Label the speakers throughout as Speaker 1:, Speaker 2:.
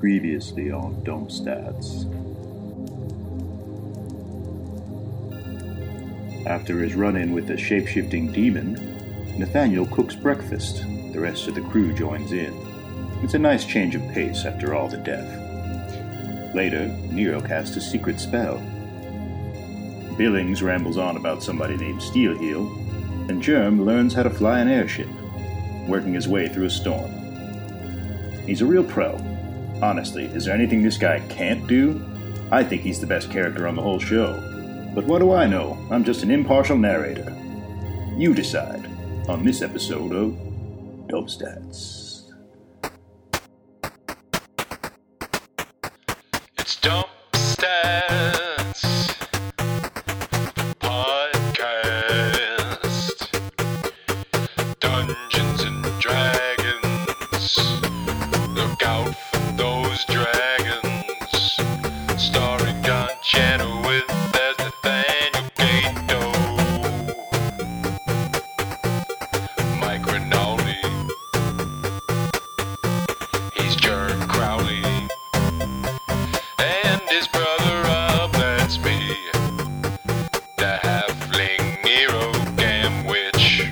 Speaker 1: Previously on Don't Stats. After his run in with the shape shifting demon, Nathaniel cooks breakfast. The rest of the crew joins in. It's a nice change of pace after all the death. Later, Nero casts a secret spell. Billings rambles on about somebody named Steelheel, and Germ learns how to fly an airship, working his way through a storm. He's a real pro. Honestly, is there anything this guy can't do? I think he's the best character on the whole show. But what do I know? I'm just an impartial narrator. You decide on this episode of Dope Stats.
Speaker 2: It's Dump Stats Podcast Dungeons and Dragons. Look out for those dragons. Starring John Channel with as Nathaniel Gato. Mike Rinaldi. He's Jerk Crowley and his brother Rob, that's me. The halfling Nero Gamwich.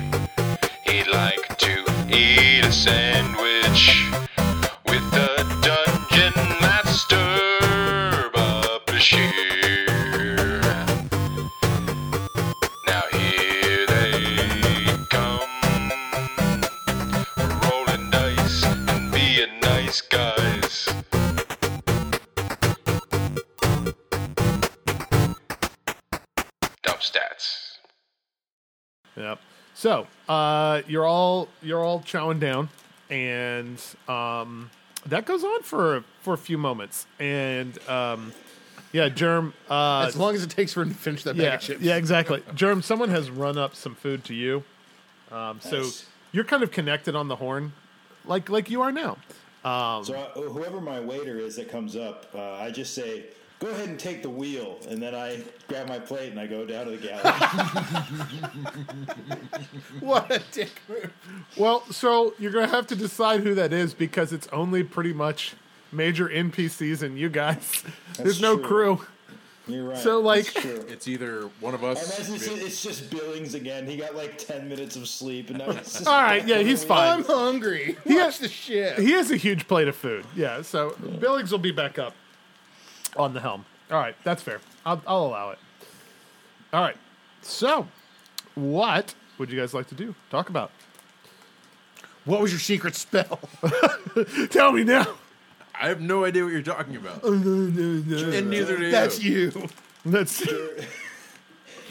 Speaker 2: He'd like to eat a sandwich with the dungeon master, Bob Bashir. Now here they come, rolling dice and being nice guys. Dump stats.
Speaker 3: Yep. So uh, you're all you're all chowing down, and um, that goes on for for a few moments. And um, yeah, Germ. Uh,
Speaker 4: As long as it takes for him to finish that bag
Speaker 3: yeah,
Speaker 4: of chips.
Speaker 3: yeah, exactly. Germ, someone has run up some food to you, um, so you're kind of connected on the horn, like like you are now.
Speaker 5: So I, whoever my waiter is that comes up, uh, I just say, "Go ahead and take the wheel," and then I grab my plate and I go down to the galley.
Speaker 4: What a dick move.
Speaker 3: Well, so you're gonna have to decide who that is because it's only pretty much major NPCs and you guys. There's no
Speaker 5: true.
Speaker 3: crew.
Speaker 5: You're right.
Speaker 3: So, like-
Speaker 5: That's true.
Speaker 6: It's either one of
Speaker 5: And
Speaker 6: us.
Speaker 5: that's just- it's just Billings again. He got like ten minutes of sleep, and now he's just
Speaker 3: All right, yeah, he's fine.
Speaker 4: I'm hungry. Watch
Speaker 3: Yeah.
Speaker 4: the shit.
Speaker 3: He has a huge plate of food. Yeah, so Billings will be back up on the helm. All right, that's fair. I'll, I'll allow it. All right, so what would you guys like to do? Talk about.
Speaker 4: what was your secret spell?
Speaker 3: Tell me now.
Speaker 6: I have no idea what you're talking about. and neither do you.
Speaker 4: That's you.
Speaker 3: That's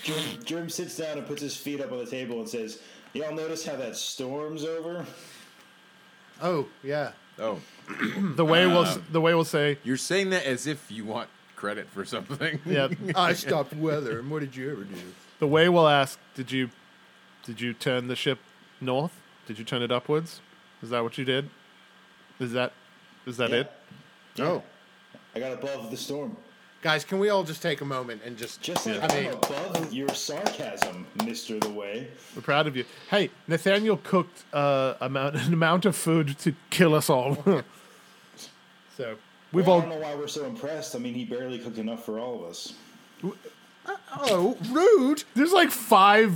Speaker 5: Germ, Germ sits down and puts his feet up on the table and says, "Y'all notice how that storm's over?
Speaker 4: Oh, yeah.
Speaker 6: Oh,
Speaker 3: the way we'll
Speaker 6: Ah.
Speaker 3: s- the way we'll say.
Speaker 6: you're saying that as if you want credit for something.
Speaker 3: Yeah,
Speaker 4: I stopped weather, and what did you ever do?
Speaker 3: the way we'll ask. Did you did you turn the ship north? Did you turn it upwards? Is that what you did? Is that is that it?
Speaker 4: Oh.
Speaker 5: I got above the storm.
Speaker 4: Guys, can we all just take a moment and just.
Speaker 5: Just like
Speaker 4: I
Speaker 5: I'm
Speaker 4: mean,
Speaker 5: above your sarcasm, Mister the Way."
Speaker 3: We're proud of you. Hey, Nathaniel cooked uh, amount, an amount of food to kill us all. so we've
Speaker 5: I
Speaker 3: all.
Speaker 5: don't know why we're so impressed. I mean, he barely cooked enough for all of us.
Speaker 4: oh, rude.
Speaker 3: There's like five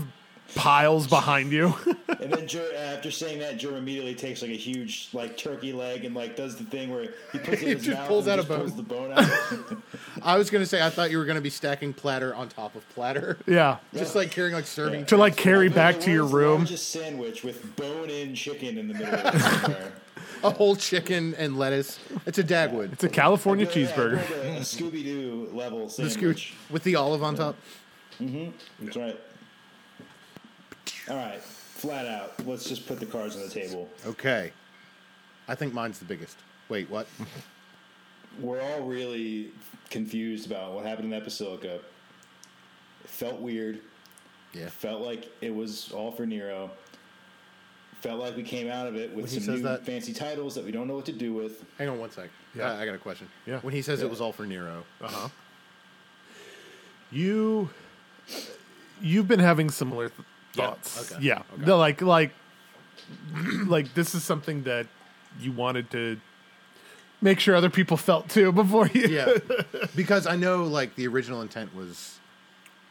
Speaker 3: piles behind you.
Speaker 5: And then Jer, uh, after saying that, Jer immediately takes like a huge like turkey leg and like does the thing where he puts it in
Speaker 4: He
Speaker 5: his
Speaker 4: just
Speaker 5: mouth
Speaker 4: pulls
Speaker 5: and
Speaker 4: out
Speaker 5: just
Speaker 4: a bone.
Speaker 5: pulls the bone out.
Speaker 4: I was going to say, I thought you were going to be stacking platter on top of platter.
Speaker 3: yeah,
Speaker 4: Just like carrying, like serving.
Speaker 3: to like carry back
Speaker 5: The
Speaker 3: to your
Speaker 5: world's
Speaker 3: room.
Speaker 5: Largest sandwich with bone-in chicken in the middle. of it somewhere.
Speaker 4: A whole chicken and lettuce. It's a Dagwood.
Speaker 3: It's a California
Speaker 5: Yeah,
Speaker 3: cheeseburger.
Speaker 5: like a, Scooby Doo level
Speaker 4: The
Speaker 5: sandwich.
Speaker 4: scooch with the olive on top.
Speaker 5: That's right. All right, flat out. Let's just put the cards on the table.
Speaker 4: Okay. I think mine's the biggest. Wait, what?
Speaker 5: We're all really confused about what happened in that basilica. It felt weird.
Speaker 4: Yeah.
Speaker 5: Felt like it was all for Nero. Felt like we came out of it
Speaker 4: When
Speaker 5: with
Speaker 4: he
Speaker 5: some
Speaker 4: says
Speaker 5: new
Speaker 4: that-
Speaker 5: fancy titles that we don't know what to do with.
Speaker 4: Hang on one sec.
Speaker 3: Yeah.
Speaker 4: I, I got a question.
Speaker 3: Yeah.
Speaker 4: When he says it was all for Nero,
Speaker 3: You, you've been having similar th- thoughts.
Speaker 4: okay,
Speaker 3: Yeah, No, like like like this is something that you wanted to. make sure other people felt too before you.
Speaker 4: Yeah, because I know like the original intent was,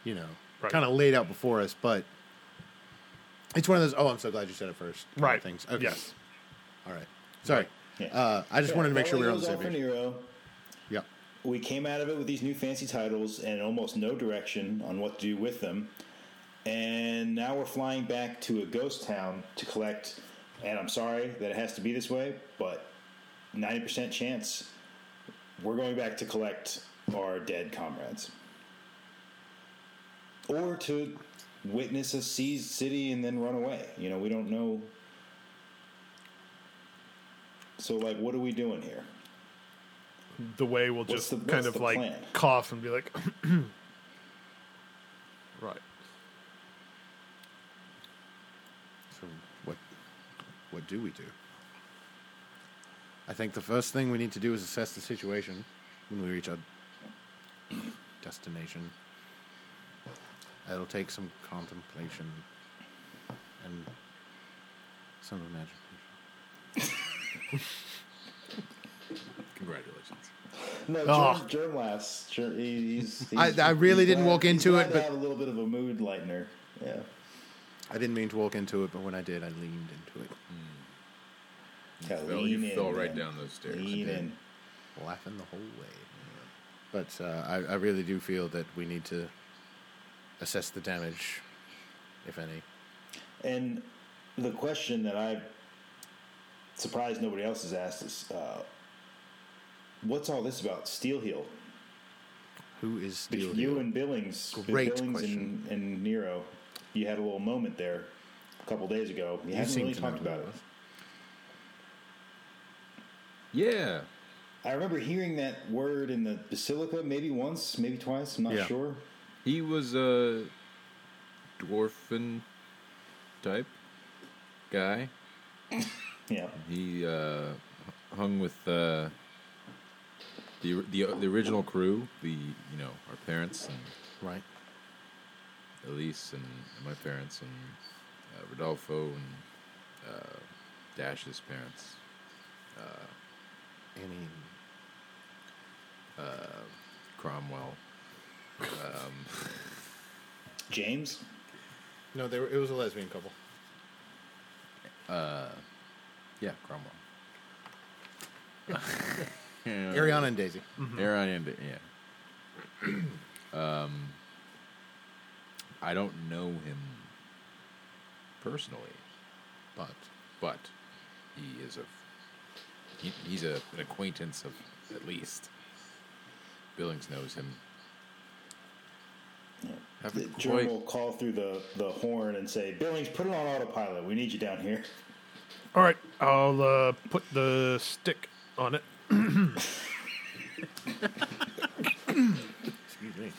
Speaker 4: you know,
Speaker 3: Right.
Speaker 4: kind of laid out before us, but it's one of those. Oh, I'm so glad you said it first. kind of
Speaker 3: Right.
Speaker 4: Things. Okay.
Speaker 3: Yes.
Speaker 4: All right. Sorry.
Speaker 5: Yeah.
Speaker 4: Uh, I just wanted to make sure we were on the
Speaker 5: Goes
Speaker 4: same
Speaker 5: Alpha
Speaker 4: page.
Speaker 5: Nero.
Speaker 4: Yeah.
Speaker 5: We came out of it with these new fancy titles and almost no direction on what to do with them. And now we're flying back to a ghost town to collect. And I'm sorry that it has to be this way, but 90% chance we're going back to collect our dead comrades. Or to witness a seized city and then run away. You know, we don't know. So, like, what are we doing here?
Speaker 3: The way will
Speaker 5: What's
Speaker 3: just
Speaker 5: the- what's
Speaker 3: kind of
Speaker 5: the
Speaker 3: like
Speaker 5: plan?
Speaker 3: cough and be like, right.
Speaker 4: So what? What do we do? I think the first thing we need to do is assess the situation when we reach our destination. It'll take some contemplation and some imagination.
Speaker 6: Congratulations.
Speaker 5: No,
Speaker 3: Oh.
Speaker 5: Germ, Germ laughs. Germ, he- he's,
Speaker 4: I-
Speaker 5: he's-
Speaker 4: I really
Speaker 5: he's
Speaker 4: didn't
Speaker 5: glad-
Speaker 4: walk
Speaker 5: he's
Speaker 4: into
Speaker 5: glad
Speaker 4: it,
Speaker 5: to
Speaker 4: but-
Speaker 5: have a little bit of a mood lightener. Yeah,
Speaker 4: I didn't mean to walk into it, but when I did, I leaned into it,
Speaker 5: Gotta
Speaker 6: fell- you
Speaker 5: lean in,
Speaker 6: fell right
Speaker 5: man.
Speaker 6: down those stairs.
Speaker 5: Lean
Speaker 4: I did.
Speaker 5: in.
Speaker 4: laughing the whole way. But uh, I, I really do feel that we need to assess the damage, if any.
Speaker 5: And the question that I'm surprised nobody else has asked is, uh, what's all this about Steel Heel?
Speaker 4: Who is Steel
Speaker 5: Between
Speaker 4: Heel?
Speaker 5: you and Billings,
Speaker 4: Great
Speaker 5: Billings
Speaker 4: question.
Speaker 5: And, and Nero, you had a little moment there a couple days ago. You, haven't
Speaker 4: seem
Speaker 5: really
Speaker 4: to know
Speaker 5: talked
Speaker 4: who
Speaker 5: about
Speaker 4: it
Speaker 5: it.
Speaker 4: was.
Speaker 6: Yeah.
Speaker 5: I remember hearing that word in the Basilica maybe once, maybe twice. I'm not
Speaker 4: Yeah.
Speaker 5: sure.
Speaker 6: He was a dwarfen type guy.
Speaker 5: Yeah.
Speaker 6: He uh, hung with uh, the, the the original crew, the you know our parents and
Speaker 4: Right.
Speaker 6: Elise and my parents and uh, Rodolfo and uh, Dash's parents. Uh,
Speaker 4: Any
Speaker 6: uh, Cromwell.
Speaker 5: James?
Speaker 4: No, they were, it was a lesbian couple.
Speaker 6: Yeah, Cromwell.
Speaker 4: Ariana and Daisy.
Speaker 6: Aaron and yeah. um, I don't know him personally, but but he is a he, he's a, an acquaintance of at least Billings knows him. Haven't
Speaker 5: That Germ
Speaker 6: quite-
Speaker 5: will call through the, the horn and say, Billings, put it on autopilot. We need you down here.
Speaker 3: All right, I'll uh, put the stick on it.
Speaker 4: Excuse me.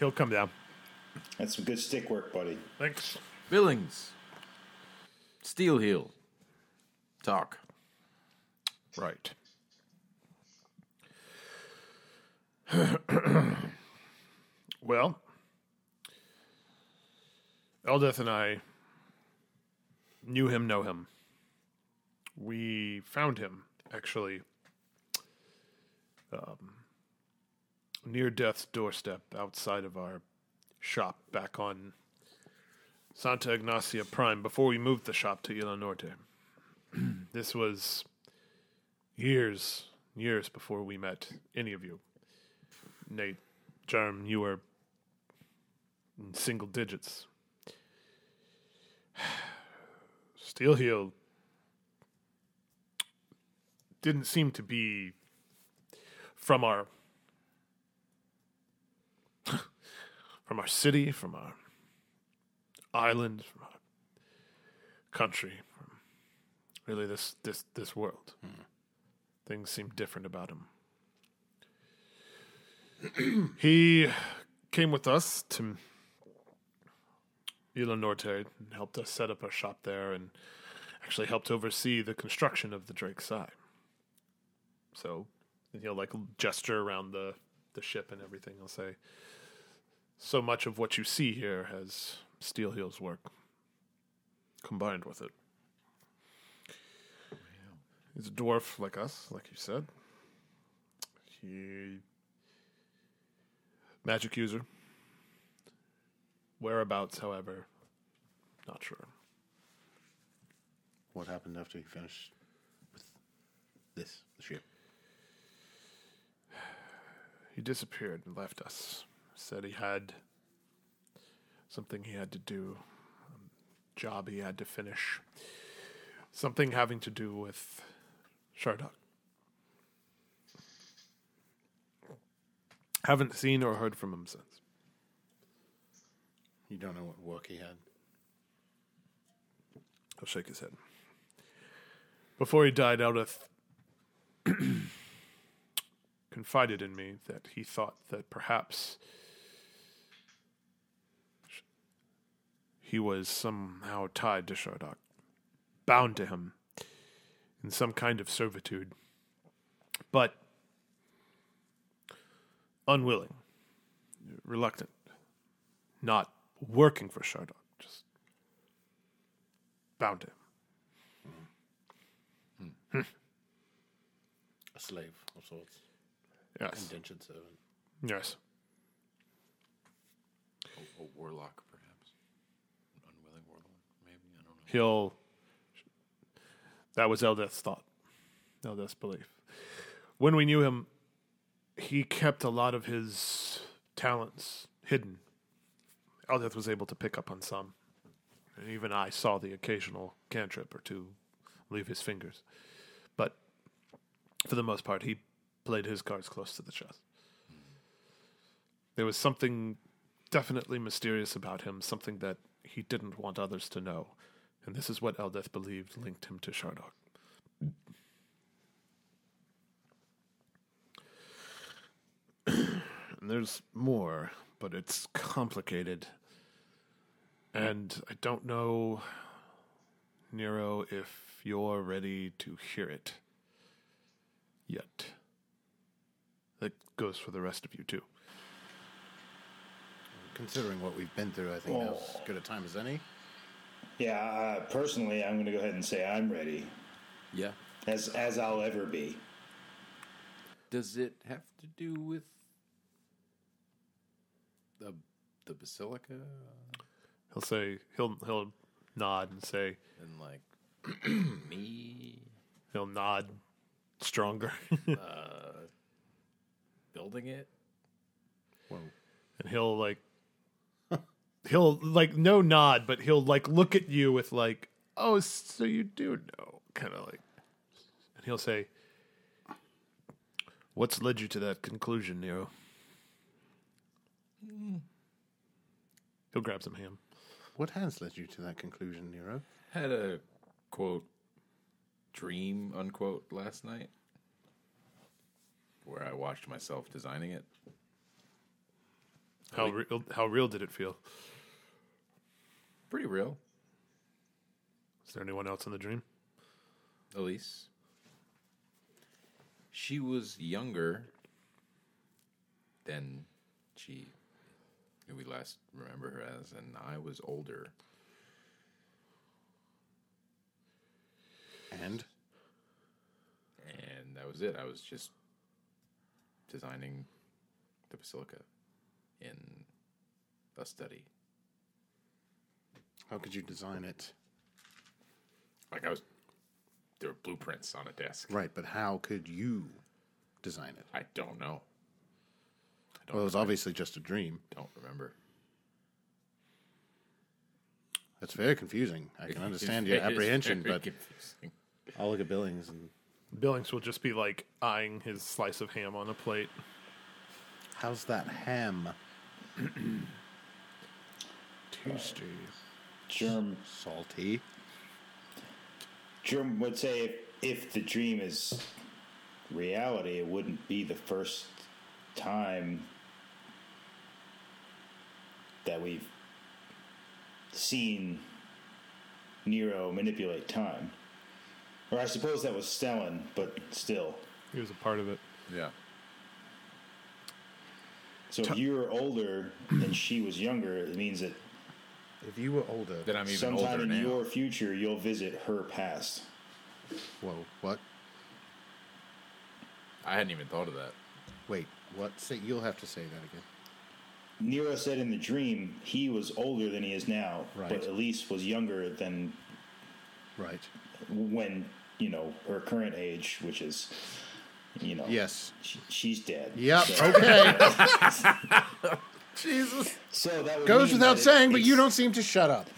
Speaker 3: He'll come down.
Speaker 5: That's some good stick work, buddy.
Speaker 3: Thanks.
Speaker 6: Billings, Steel Heel, talk.
Speaker 3: Right. well, Eldeth and I knew him, know him. We found him, actually, um, near death's doorstep outside of our shop back on Santa Ignacia Prime before we moved the shop to Ila Norte. this was years, years before we met any of you. Nate, Jerm, you were in single digits. Steelheel didn't seem to be from our from our city, from our island, from our country, from really this this this world things seemed different about him. he came with us to Ila Norte and helped us set up our shop there and actually helped oversee the construction of the Drake's Eye. So, and he'll like gesture around the, the ship and everything. He'll say, So much of what you see here has Steelheel's work combined with it. He's a dwarf like us, like you said. He magic user. Whereabouts, however, not sure.
Speaker 4: What happened after he finished with this the ship?
Speaker 3: He disappeared and left us. Said he had something he had to do, a job he had to finish, something having to do with Shardock. Haven't seen or heard from him since.
Speaker 4: You don't know what work he had.
Speaker 3: He'll shake his head. Before he died, Eldeth confided in me that he thought that perhaps sh- he was somehow tied to Shardock, bound to him in some kind of servitude, but unwilling, reluctant, not working for Shardock, just bound to him.
Speaker 4: A slave of sorts.
Speaker 3: Yes.
Speaker 4: Indentured servant.
Speaker 3: Yes.
Speaker 6: A, a warlock, perhaps. An unwilling warlock, maybe. I don't know.
Speaker 3: He'll. That was Eldeth's thought, Eldeth's belief. When we knew him, he kept a lot of his talents hidden. Eldeth was able to pick up on some. And even I saw the occasional cantrip or two leave his fingers. But for the most part, he played his cards close to the chest. There was something definitely mysterious about him, something that he didn't want others to know. And this is what Eldeth believed linked him to Shardock. and there's more, but it's complicated. And I don't know, Nero, if you're ready to hear it yet. That goes for the rest of you, too.
Speaker 4: Considering what we've been through, I think now's as good a time as any.
Speaker 5: Yeah, uh, personally, I'm going to go ahead and say I'm ready,
Speaker 6: Yeah.
Speaker 5: as as I'll ever be.
Speaker 6: Does it have to do with the the basilica
Speaker 3: He'll say he'll he'll nod and say
Speaker 6: and like me
Speaker 3: he'll nod stronger,
Speaker 6: Uh, building it?
Speaker 3: and he'll like he'll like no nod, but he'll like look at you with like oh so you do know kind of like, and he'll say, "What's led you to that conclusion, Nero?"
Speaker 6: Mm.
Speaker 3: He'll grab some ham.
Speaker 4: What has led you to that conclusion, Nero?
Speaker 6: Had a quote dream unquote last night where I watched myself designing it.
Speaker 3: How real? How real did it feel?
Speaker 6: Pretty real.
Speaker 3: Is there anyone else in the dream?
Speaker 6: Elise. She was younger than she who we last remember her as, and I was older.
Speaker 4: And
Speaker 6: And that was it. I was just designing the basilica in a study.
Speaker 4: how could you design it?
Speaker 6: Like I was there were blueprints on a desk.
Speaker 4: Right, but how could you design it?
Speaker 6: I don't know.
Speaker 4: Well, it was obviously just a dream.
Speaker 6: Don't remember.
Speaker 4: That's very confusing. I can understand your
Speaker 6: It is
Speaker 4: apprehension,
Speaker 6: very
Speaker 4: but
Speaker 6: confusing.
Speaker 4: I'll look at Billings and
Speaker 3: Billings will just be like eyeing his slice of ham on a plate.
Speaker 4: how's that ham?
Speaker 3: Tasty.
Speaker 5: Germ
Speaker 4: Salty.
Speaker 5: Germ would say if, if the dream is reality, it wouldn't be the first time that we've seen Nero manipulate time. Or I suppose that was Stellan, but still.
Speaker 3: He was a part of it.
Speaker 6: Yeah.
Speaker 5: So if you were older and she was younger, it means that
Speaker 4: If you were older,
Speaker 6: Then I'm even
Speaker 5: sometime
Speaker 6: older
Speaker 5: in
Speaker 6: now.
Speaker 5: your future you'll visit her past.
Speaker 4: whoa, what?
Speaker 6: I hadn't even thought of that.
Speaker 4: Wait, what? Say, you'll have to say that again.
Speaker 5: Nero said in the dream he was older than he is now,
Speaker 4: Right.
Speaker 5: but Elise was younger than
Speaker 4: Right.
Speaker 5: when you know her current age, which is you know
Speaker 4: Yes.
Speaker 5: she, she's dead.
Speaker 4: Yep.
Speaker 5: So,
Speaker 4: Okay. Jesus.
Speaker 5: so that would
Speaker 4: Goes
Speaker 5: mean
Speaker 4: without
Speaker 5: that it-
Speaker 4: saying, but
Speaker 5: it's-
Speaker 4: you don't seem to shut up.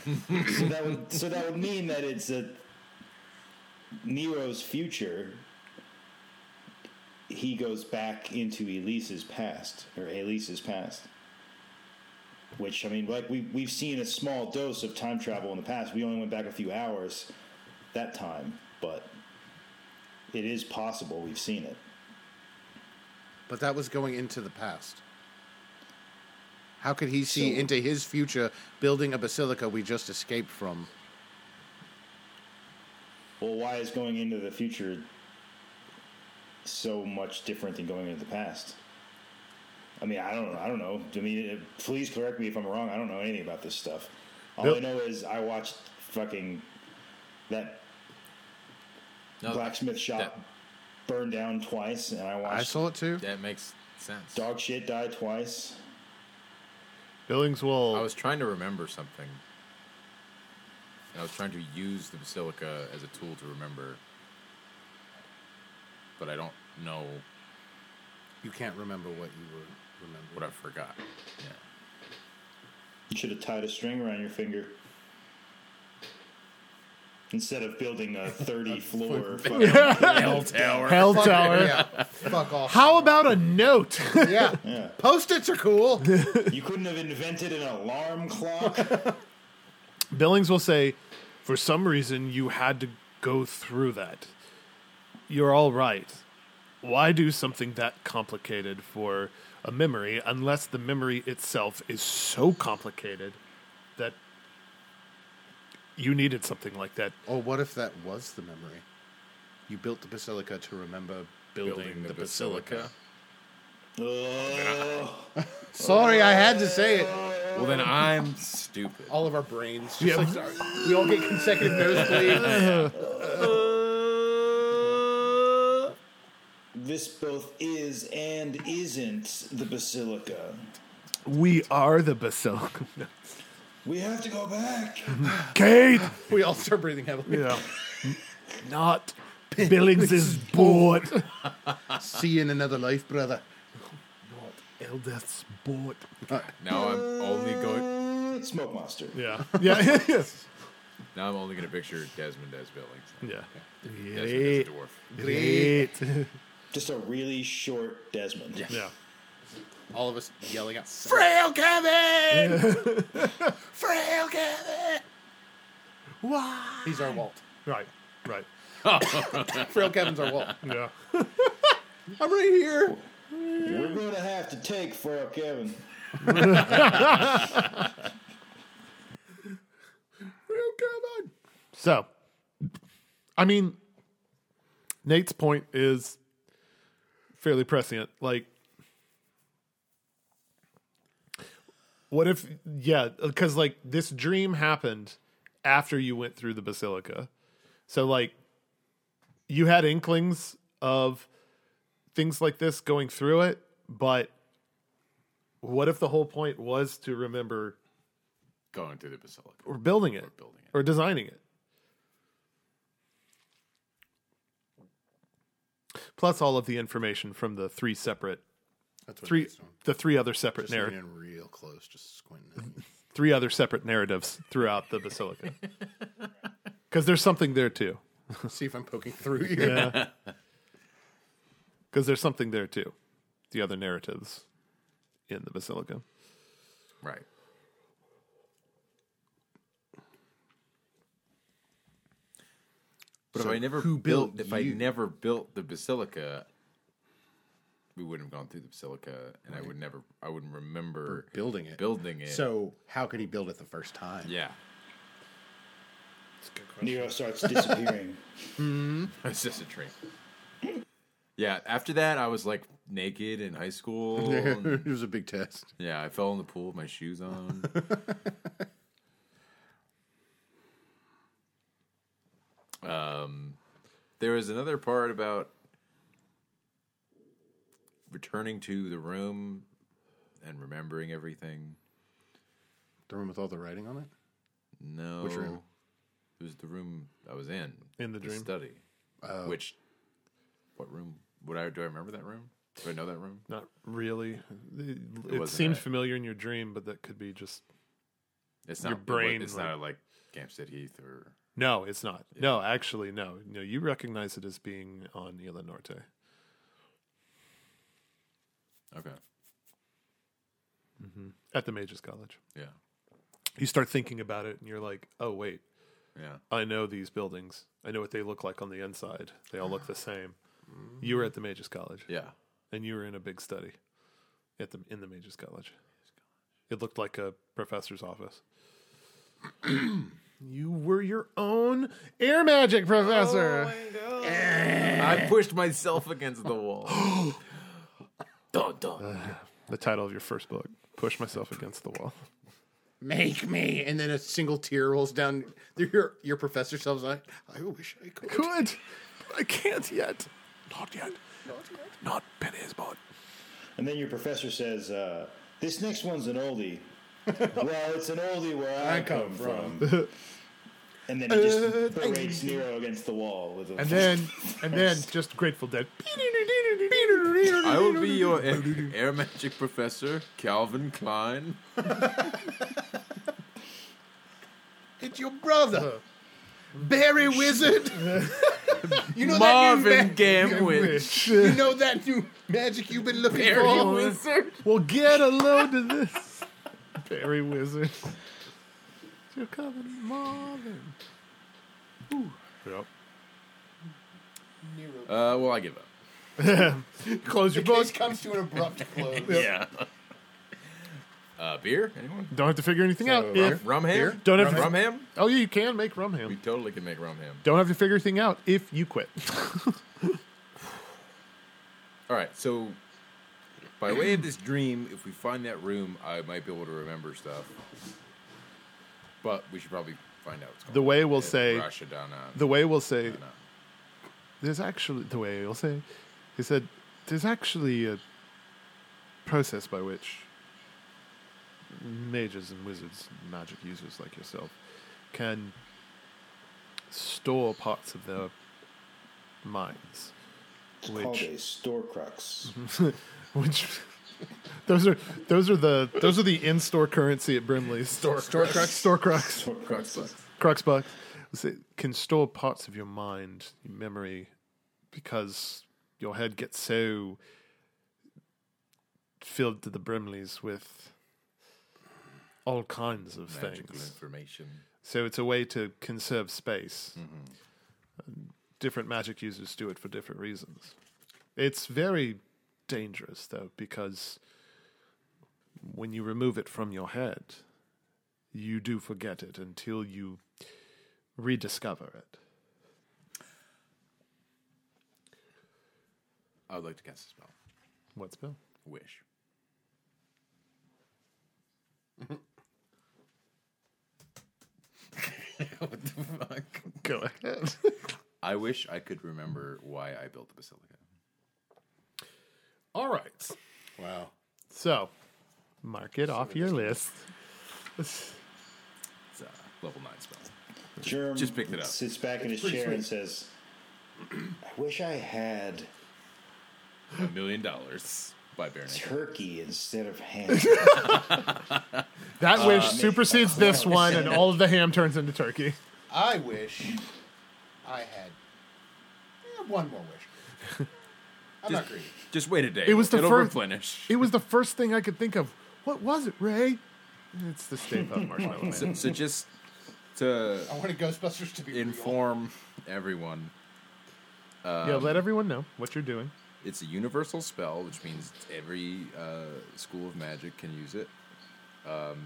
Speaker 5: So that would so that would mean that it's a Nero's future. He goes back into Elise's past or Elise's past. Which I mean, like we we've seen a small dose of time travel in the past. We only went back a few hours that time, but it is possible. We've seen it.
Speaker 4: But that was going into the past. How could he see
Speaker 5: So-
Speaker 4: into his future building a basilica we just escaped from?
Speaker 5: Well, why is going into the future so much different than going into the past? I mean, I don't, I don't know. I mean, eh, please correct me if I'm wrong. I don't know anything about this stuff. All I
Speaker 3: Nope.
Speaker 5: know is I watched fucking that
Speaker 6: No,
Speaker 5: blacksmith shop
Speaker 6: that-
Speaker 5: burn down twice, and I watched
Speaker 4: I saw it too.
Speaker 6: That makes sense.
Speaker 5: dog shit die twice.
Speaker 3: Billings will.
Speaker 6: I was trying to remember something. And I was trying to use the basilica as a tool to remember. But I don't know
Speaker 4: You can't remember what you were remembering.
Speaker 6: what I forgot. Yeah.
Speaker 5: You should have tied a string around your finger instead of building a 30 floor. fucking-
Speaker 6: Hell tower.
Speaker 3: Hell Tower.
Speaker 4: Yeah. Fuck off.
Speaker 3: How about a note?
Speaker 4: Yeah. Post its are cool.
Speaker 5: You couldn't have invented an alarm clock.
Speaker 3: Billings will say, for some reason, you had to go through that. You're all right. Why do something that complicated for a memory unless the memory itself is so complicated that you needed something like that?
Speaker 4: Or Oh, what if that was the memory? You built the basilica to remember building, the, basilica.
Speaker 5: Ugh.
Speaker 4: Sorry, I had to say it.
Speaker 6: Well, then I'm stupid.
Speaker 4: All of our brains. Just
Speaker 3: Yeah.
Speaker 4: like, sorry. we all get consecutive nosebleeds.
Speaker 5: This both is and isn't the Basilica.
Speaker 3: We are the basilica.
Speaker 5: We have to go back.
Speaker 3: Kate!
Speaker 4: we all start breathing heavily.
Speaker 3: Yeah. Not Billings is bored.
Speaker 4: See you in another life, brother.
Speaker 3: Eldeth's bored.
Speaker 6: Now I'm only going.
Speaker 5: Smoke Monster.
Speaker 3: Yeah. Yeah. yes.
Speaker 6: Now I'm only going to picture Desmond as Billings.
Speaker 3: Yeah.
Speaker 6: Desmond as a dwarf.
Speaker 3: Great.
Speaker 5: Just a really short Desmond.
Speaker 3: yeah.
Speaker 4: All of us yelling out, Frail Kevin! Frail Kevin!
Speaker 3: Why?
Speaker 4: He's our Walt.
Speaker 3: Right. Right.
Speaker 4: Frail Kevin's our Walt.
Speaker 3: Yeah.
Speaker 4: I'm right here.
Speaker 5: We're gonna have to take Frail Kevin.
Speaker 4: Frail Kevin!
Speaker 3: So, I mean, Nate's point is fairly prescient. Like, what if, yeah, because like this dream happened after you went through the basilica. So, like, you had inklings of things like this going through it, but what if the whole point was to remember
Speaker 6: Going through the basilica.
Speaker 3: or building it?
Speaker 6: Building it.
Speaker 3: or designing it. Plus all of the information from the three separate
Speaker 4: That's what
Speaker 3: three
Speaker 4: he's doing.
Speaker 3: the three other separate
Speaker 4: Just
Speaker 3: narr-
Speaker 4: leaning real close, just squinting at me.
Speaker 3: three other separate narratives throughout the basilica. Cuz there's something there too.
Speaker 4: See if I'm poking through here.
Speaker 3: Cuz there's something there too. The other narratives in the basilica.
Speaker 6: Right. But
Speaker 4: So
Speaker 6: if I never
Speaker 4: who
Speaker 6: built,
Speaker 4: built
Speaker 6: if I
Speaker 4: you?
Speaker 6: never built the basilica, we wouldn't have gone through the basilica, and I would never, I wouldn't remember
Speaker 4: Building it.
Speaker 6: Building it.
Speaker 4: So, how could he build it the first time?
Speaker 6: yeah,
Speaker 5: Nero starts disappearing.
Speaker 6: it's just a dream. Yeah. After that, I was like naked in high school. and-
Speaker 4: it was a big test.
Speaker 6: yeah, I fell in the pool with my shoes on. um, there was another part about returning to the room and remembering everything.
Speaker 4: The room with all the writing on it?
Speaker 6: No.
Speaker 4: Which room?
Speaker 6: It was the room I was in.
Speaker 3: In the dream? Oh.
Speaker 6: study. Which what room would I do I remember that room? Do I know that room?
Speaker 3: Not really. It,
Speaker 6: wasn't
Speaker 3: seems
Speaker 6: that.
Speaker 3: familiar in your dream, but that could be just.
Speaker 6: It's not
Speaker 3: Your
Speaker 6: it wa-
Speaker 3: brain,
Speaker 6: it's
Speaker 3: like-
Speaker 6: not like Campstead Heath or
Speaker 3: No, it's not. No, actually, no. No, you recognize it as being on Isla Norte.
Speaker 6: Okay.
Speaker 3: at the Mages College.
Speaker 6: Yeah.
Speaker 3: You start thinking about it and you're like, oh, wait,
Speaker 6: Yeah.
Speaker 3: I know these buildings. I know what they look like on the inside. They all look the same. You were at the Mages College
Speaker 6: Yeah.
Speaker 3: and you were in a big study at the in the Mages College. It looked like a professor's office. you were your own air magic
Speaker 6: Oh,
Speaker 3: professor.
Speaker 6: I pushed myself against the wall. dun, dun.
Speaker 3: the title of your first book, Push Myself Against the Wall.
Speaker 4: Make me. And then a single tear rolls down through your, your professor self's eye. I wish I could.
Speaker 3: Good. I can't yet. Not yet. Not Penny is bought.
Speaker 5: And then your professor says, uh, "This next one's an oldie." well, it's an oldie where I, come, from. and then he just berates Nero against the wall with a.
Speaker 3: And then, and then, just Grateful Dead. I
Speaker 6: I will be your air, air magic professor, Calvin Klein.
Speaker 4: It's your brother. Barry Wizard. you know
Speaker 6: Marvin
Speaker 4: that new
Speaker 6: Gamwich.
Speaker 4: ma- You know that new magic you've been looking
Speaker 6: Barry
Speaker 4: for?
Speaker 6: Wizard.
Speaker 3: Well, get a load of this, Barry Wizard. You're coming, Marvin. Ooh.
Speaker 6: Uh, well, I give up.
Speaker 3: Yep. Close your book.
Speaker 4: This comes to an abrupt close.
Speaker 6: Yeah. uh, beer? Anyone?
Speaker 3: Don't have to figure anything out.
Speaker 6: Rum,
Speaker 3: If,
Speaker 6: rum ham?
Speaker 3: Don't have
Speaker 6: rum,
Speaker 3: to-
Speaker 6: rum ham?
Speaker 3: oh, yeah, you can make rum
Speaker 6: We
Speaker 3: ham.
Speaker 6: totally can make rum ham.
Speaker 3: Don't have to figure anything out if you quit.
Speaker 6: All right, so by way of this dream, if we find that room, I might be able to remember stuff. But we should probably find out what's going
Speaker 3: The
Speaker 6: on.
Speaker 3: way we'll
Speaker 6: And
Speaker 3: say-
Speaker 6: Russia down on.
Speaker 3: The way we'll say
Speaker 6: on.
Speaker 3: there's actually the way you'll say he said there's actually a process by which mages and wizards magic users like yourself can store parts of their minds
Speaker 5: It's called
Speaker 3: which
Speaker 5: a Storkrux.
Speaker 3: which those are those are the those are the in-store currency at Brimley's store store crux store crux Crux Bucks it can store parts of your mind, your memory, because your head gets so filled to the brimleys with all kinds of
Speaker 6: Magical
Speaker 3: things.
Speaker 6: information.
Speaker 3: So it's a way to conserve space. And Different magic users do it for different reasons. It's very dangerous, though, because when you remove it from your head, you do forget it until you rediscover it.
Speaker 6: I would like to cast a spell.
Speaker 3: What spell?
Speaker 6: Wish. what the fuck?
Speaker 3: Go ahead.
Speaker 6: I wish I could remember why I built the basilica.
Speaker 3: All right.
Speaker 4: Wow.
Speaker 3: So, mark it off your list.
Speaker 6: It's a level nine spell.
Speaker 5: Germ
Speaker 6: Just picked it up.
Speaker 5: Sits back in his chair and says, "I wish I had
Speaker 6: A million dollars by Baron.
Speaker 5: turkey instead of ham."
Speaker 3: That wish supersedes this one, and all of the ham turns into turkey.
Speaker 4: I wish I had eh, one more wish. I'm not greedy.
Speaker 6: Just wait a day.
Speaker 3: It was the
Speaker 6: It'll
Speaker 3: fir-
Speaker 6: replenish.
Speaker 3: It was the first thing I could think of. What was it, Ray? It's the Stay Puft Marshmallow Man.
Speaker 6: So, so just to
Speaker 4: I wanted Ghostbusters to be informed.
Speaker 6: inform everyone, um,
Speaker 3: yeah, let everyone know what you're doing.
Speaker 6: it's a universal spell, which means every uh, school of magic can use it. Um,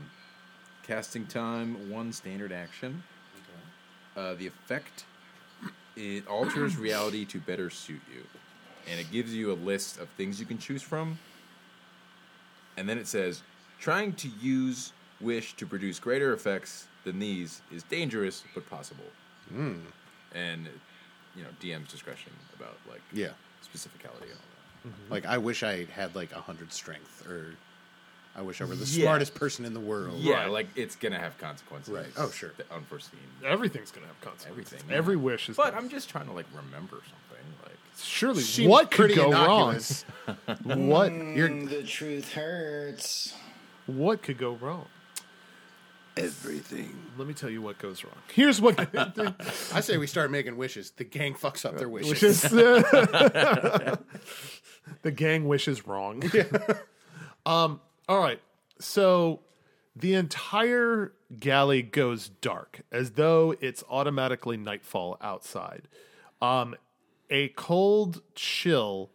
Speaker 6: casting time, one standard action. Uh, the effect it alters reality to better suit you, and it gives you a list of things you can choose from. And then it says, trying to use wish to produce greater effects than these is dangerous but possible. And you know, DM's discretion about like
Speaker 4: Yeah. Mm-hmm.
Speaker 6: specificality and all that.
Speaker 4: Like I wish I had like hundred strength, or I wish I were the
Speaker 6: Yeah.
Speaker 4: smartest person in the world.
Speaker 6: Yeah, like it's gonna have consequences.
Speaker 4: Right. Oh, sure.
Speaker 6: The unforeseen.
Speaker 3: Everything's gonna have consequences.
Speaker 6: Everything.
Speaker 3: Every
Speaker 6: yeah.
Speaker 3: wish is.
Speaker 6: But
Speaker 3: gonna-
Speaker 6: I'm just trying to like remember something. Like
Speaker 3: surely
Speaker 4: Seems
Speaker 3: what could
Speaker 4: pretty
Speaker 3: go
Speaker 4: innocuous.
Speaker 3: wrong? What
Speaker 4: You're
Speaker 5: The truth hurts.
Speaker 3: what could go wrong?
Speaker 4: everything.
Speaker 3: Let me tell you what goes wrong. Here's what
Speaker 4: I say we start making wishes. The gang fucks up their wishes.
Speaker 3: which is the gang wishes wrong. um. All right. So the entire galley goes dark, as though it's automatically nightfall outside. Um, a cold chill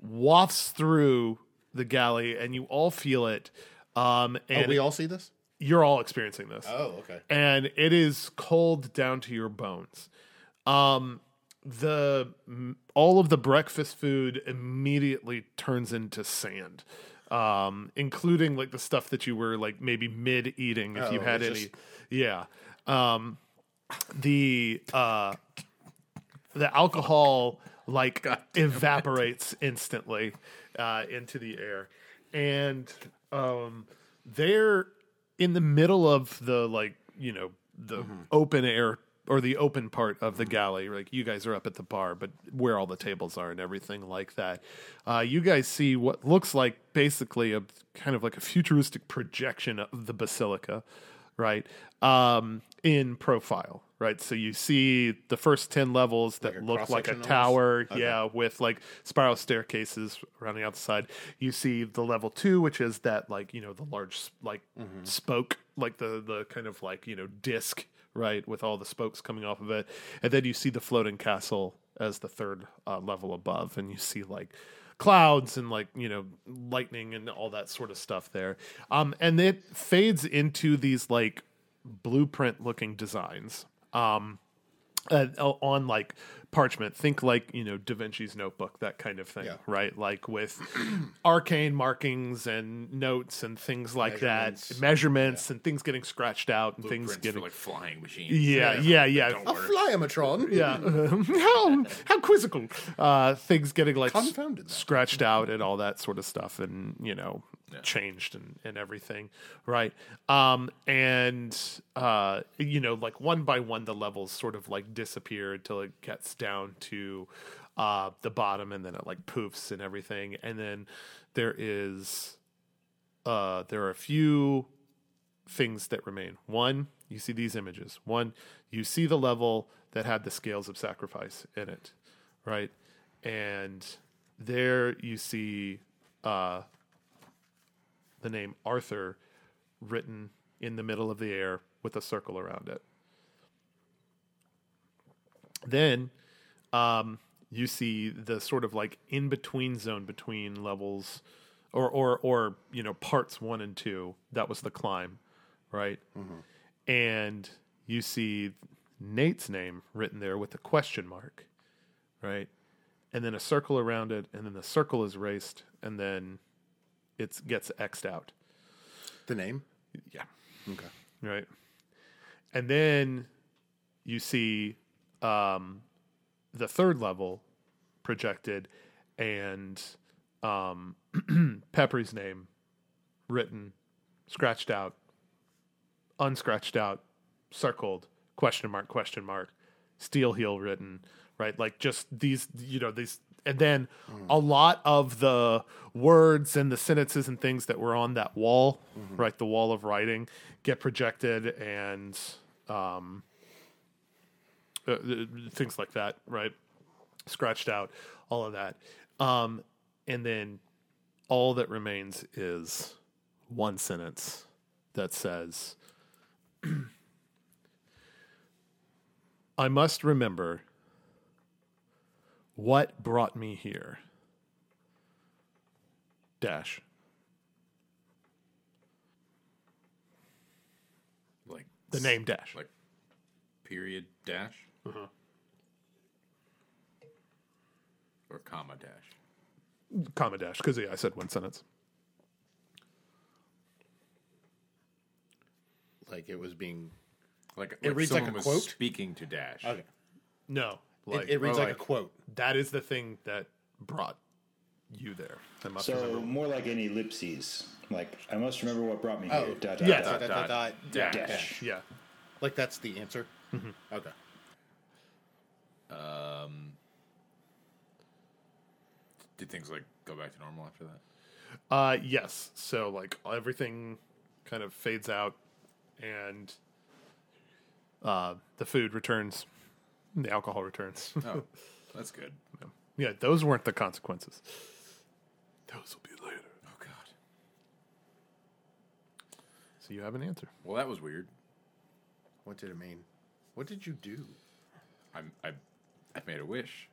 Speaker 3: wafts through the galley, and you all feel it. Um,
Speaker 4: Oh,
Speaker 3: and
Speaker 4: we all see this.
Speaker 3: you're all experiencing this
Speaker 4: Oh, okay.
Speaker 3: and it is cold down to your bones. Um, the m- all of the breakfast food immediately turns into sand, um, including like the stuff that you were like maybe mid eating if you
Speaker 4: Oh,
Speaker 3: had
Speaker 4: it's
Speaker 3: any.
Speaker 4: just-
Speaker 3: Yeah, um, the uh, the alcohol like evaporates instantly uh, into the air, and um, they're in the middle of the like you know the open air or the open part of the galley like you guys are up at the bar but where all the tables are and everything like that uh, you guys see what looks like basically a kind of like a futuristic projection of the basilica right um, in profile right so you see the first 10 levels that
Speaker 4: Like a
Speaker 3: look like a
Speaker 4: cross-section almost?
Speaker 3: tower yeah with like spiral staircases running out the side you see the level two which is that like you know the large like
Speaker 4: Mm-hmm.
Speaker 3: spoke like the the kind of like you know disc right with all the spokes coming off of it and then you see the floating castle as the third uh, level above and you see like clouds and like you know lightning and all that sort of stuff there um and it fades into these like blueprint looking designs um uh, on like parchment. Think like you know Da Vinci's notebook, that kind of thing,
Speaker 4: Yeah.
Speaker 3: right? Like with arcane markings and notes and things like that,
Speaker 4: Measurements.
Speaker 3: measurements and things getting scratched out and things
Speaker 6: blueprints
Speaker 3: getting
Speaker 6: for like flying machines.
Speaker 3: yeah, yeah, yeah.
Speaker 6: Don't
Speaker 4: A
Speaker 6: work.
Speaker 4: flyamatron.
Speaker 3: yeah, how how quizzical uh, things getting like s-
Speaker 4: Confounded that.
Speaker 3: scratched out and all that sort of stuff, and you know changed and, and everything, right? Um, and uh, you know, like one by one, the levels sort of like disappear until it gets down to uh, the bottom, and then it like poofs and everything, and then there is uh, there are a few things that remain. One, you see these images. One, you see the level that had the scales of sacrifice in it, right? And there you see uh, the name Arthur written in the middle of the air with a circle around it. Then um, you see the sort of like in between zone between levels or, or, or, you know, parts one and two. That was the climb, right? And you see Nate's name written there with a question mark, right? And then a circle around it, and then the circle is erased, and then it gets X'd out.
Speaker 4: The name.
Speaker 3: Yeah.
Speaker 4: Okay.
Speaker 3: Right. And then you see um, the third level projected and um, Peppery's name written, scratched out, unscratched out, circled, question mark, question mark, steel heel written, right? Like just these, you know, these. And then a lot of the words and the sentences and things that were on that wall, right, the wall of writing, get projected and um, uh, uh, things like that, right? Scratched out, all of that. Um, and then all that remains is one sentence that says, I must remember what brought me here. Dash.
Speaker 6: Like
Speaker 3: The name Uh-huh. Dash.
Speaker 6: Like period dash. Or comma dash.
Speaker 3: comma dash because yeah, I said one sentence.
Speaker 4: Like it was being.
Speaker 6: Like it
Speaker 4: reads like
Speaker 6: someone
Speaker 4: a
Speaker 6: was
Speaker 4: quote?
Speaker 6: speaking to dash.
Speaker 4: Okay.
Speaker 3: No,
Speaker 4: It, it reads
Speaker 6: oh,
Speaker 4: like, a
Speaker 6: like-
Speaker 4: quote.
Speaker 3: that is the thing that brought you there. I must
Speaker 5: So
Speaker 3: remember.
Speaker 5: more like an ellipses. Like I must remember what brought me
Speaker 4: Oh.
Speaker 5: here. Dot,
Speaker 3: Yes.
Speaker 5: dot,
Speaker 4: Dot, dot, dot,
Speaker 5: dot.
Speaker 3: dot,
Speaker 4: dot,
Speaker 3: dash.
Speaker 5: dash.
Speaker 3: Yeah.
Speaker 4: Like that's the answer.
Speaker 6: Mm-hmm.
Speaker 4: Okay.
Speaker 6: Did things like go back to normal after that?
Speaker 3: Uh, yes. So like everything kind of fades out, and uh, the food returns, and the alcohol returns.
Speaker 6: Oh, that's good. Oh
Speaker 3: yeah, those weren't the consequences. Those will be later.
Speaker 6: Oh, God.
Speaker 3: So you have an answer.
Speaker 6: Well, that was weird.
Speaker 4: What did it mean? What did you do?
Speaker 6: I'm I, I made a wish.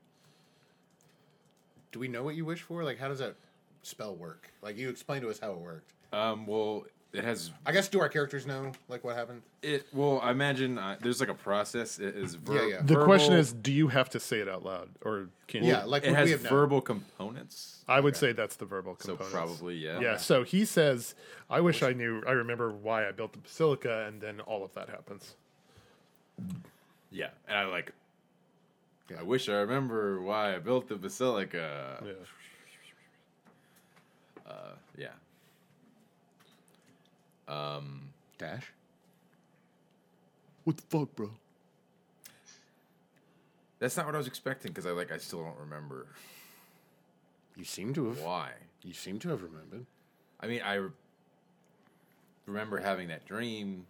Speaker 4: Do we know what you wish for? Like, how does that spell work? Like, you explained to us how it worked.
Speaker 6: Um. Well, it has
Speaker 4: I guess do our characters know like what happened?
Speaker 6: it. Well, I imagine uh, there's like a process. It is ver-
Speaker 4: Yeah, yeah.
Speaker 3: The question
Speaker 6: verbal-
Speaker 3: is, do you have to say it out loud, or can
Speaker 4: Yeah,
Speaker 3: you?
Speaker 4: like
Speaker 6: it
Speaker 4: would
Speaker 6: has
Speaker 4: we have known?
Speaker 6: verbal components.
Speaker 3: I would say that's the verbal component.
Speaker 6: So probably yeah.
Speaker 3: Yeah, so he says, I wish I knew, I remember why I built the basilica, and then all of that happens.
Speaker 6: Yeah, and I like.
Speaker 4: Yeah.
Speaker 6: I wish I remember why I built the basilica. Uh,
Speaker 3: Yeah.
Speaker 6: Yeah. Um,
Speaker 4: dash.
Speaker 3: What the fuck, bro?
Speaker 6: That's not what I was expecting because I like I still don't remember
Speaker 4: You seem to have.
Speaker 6: why.
Speaker 4: You seem to have remembered.
Speaker 6: I mean, I re- remember having that dream.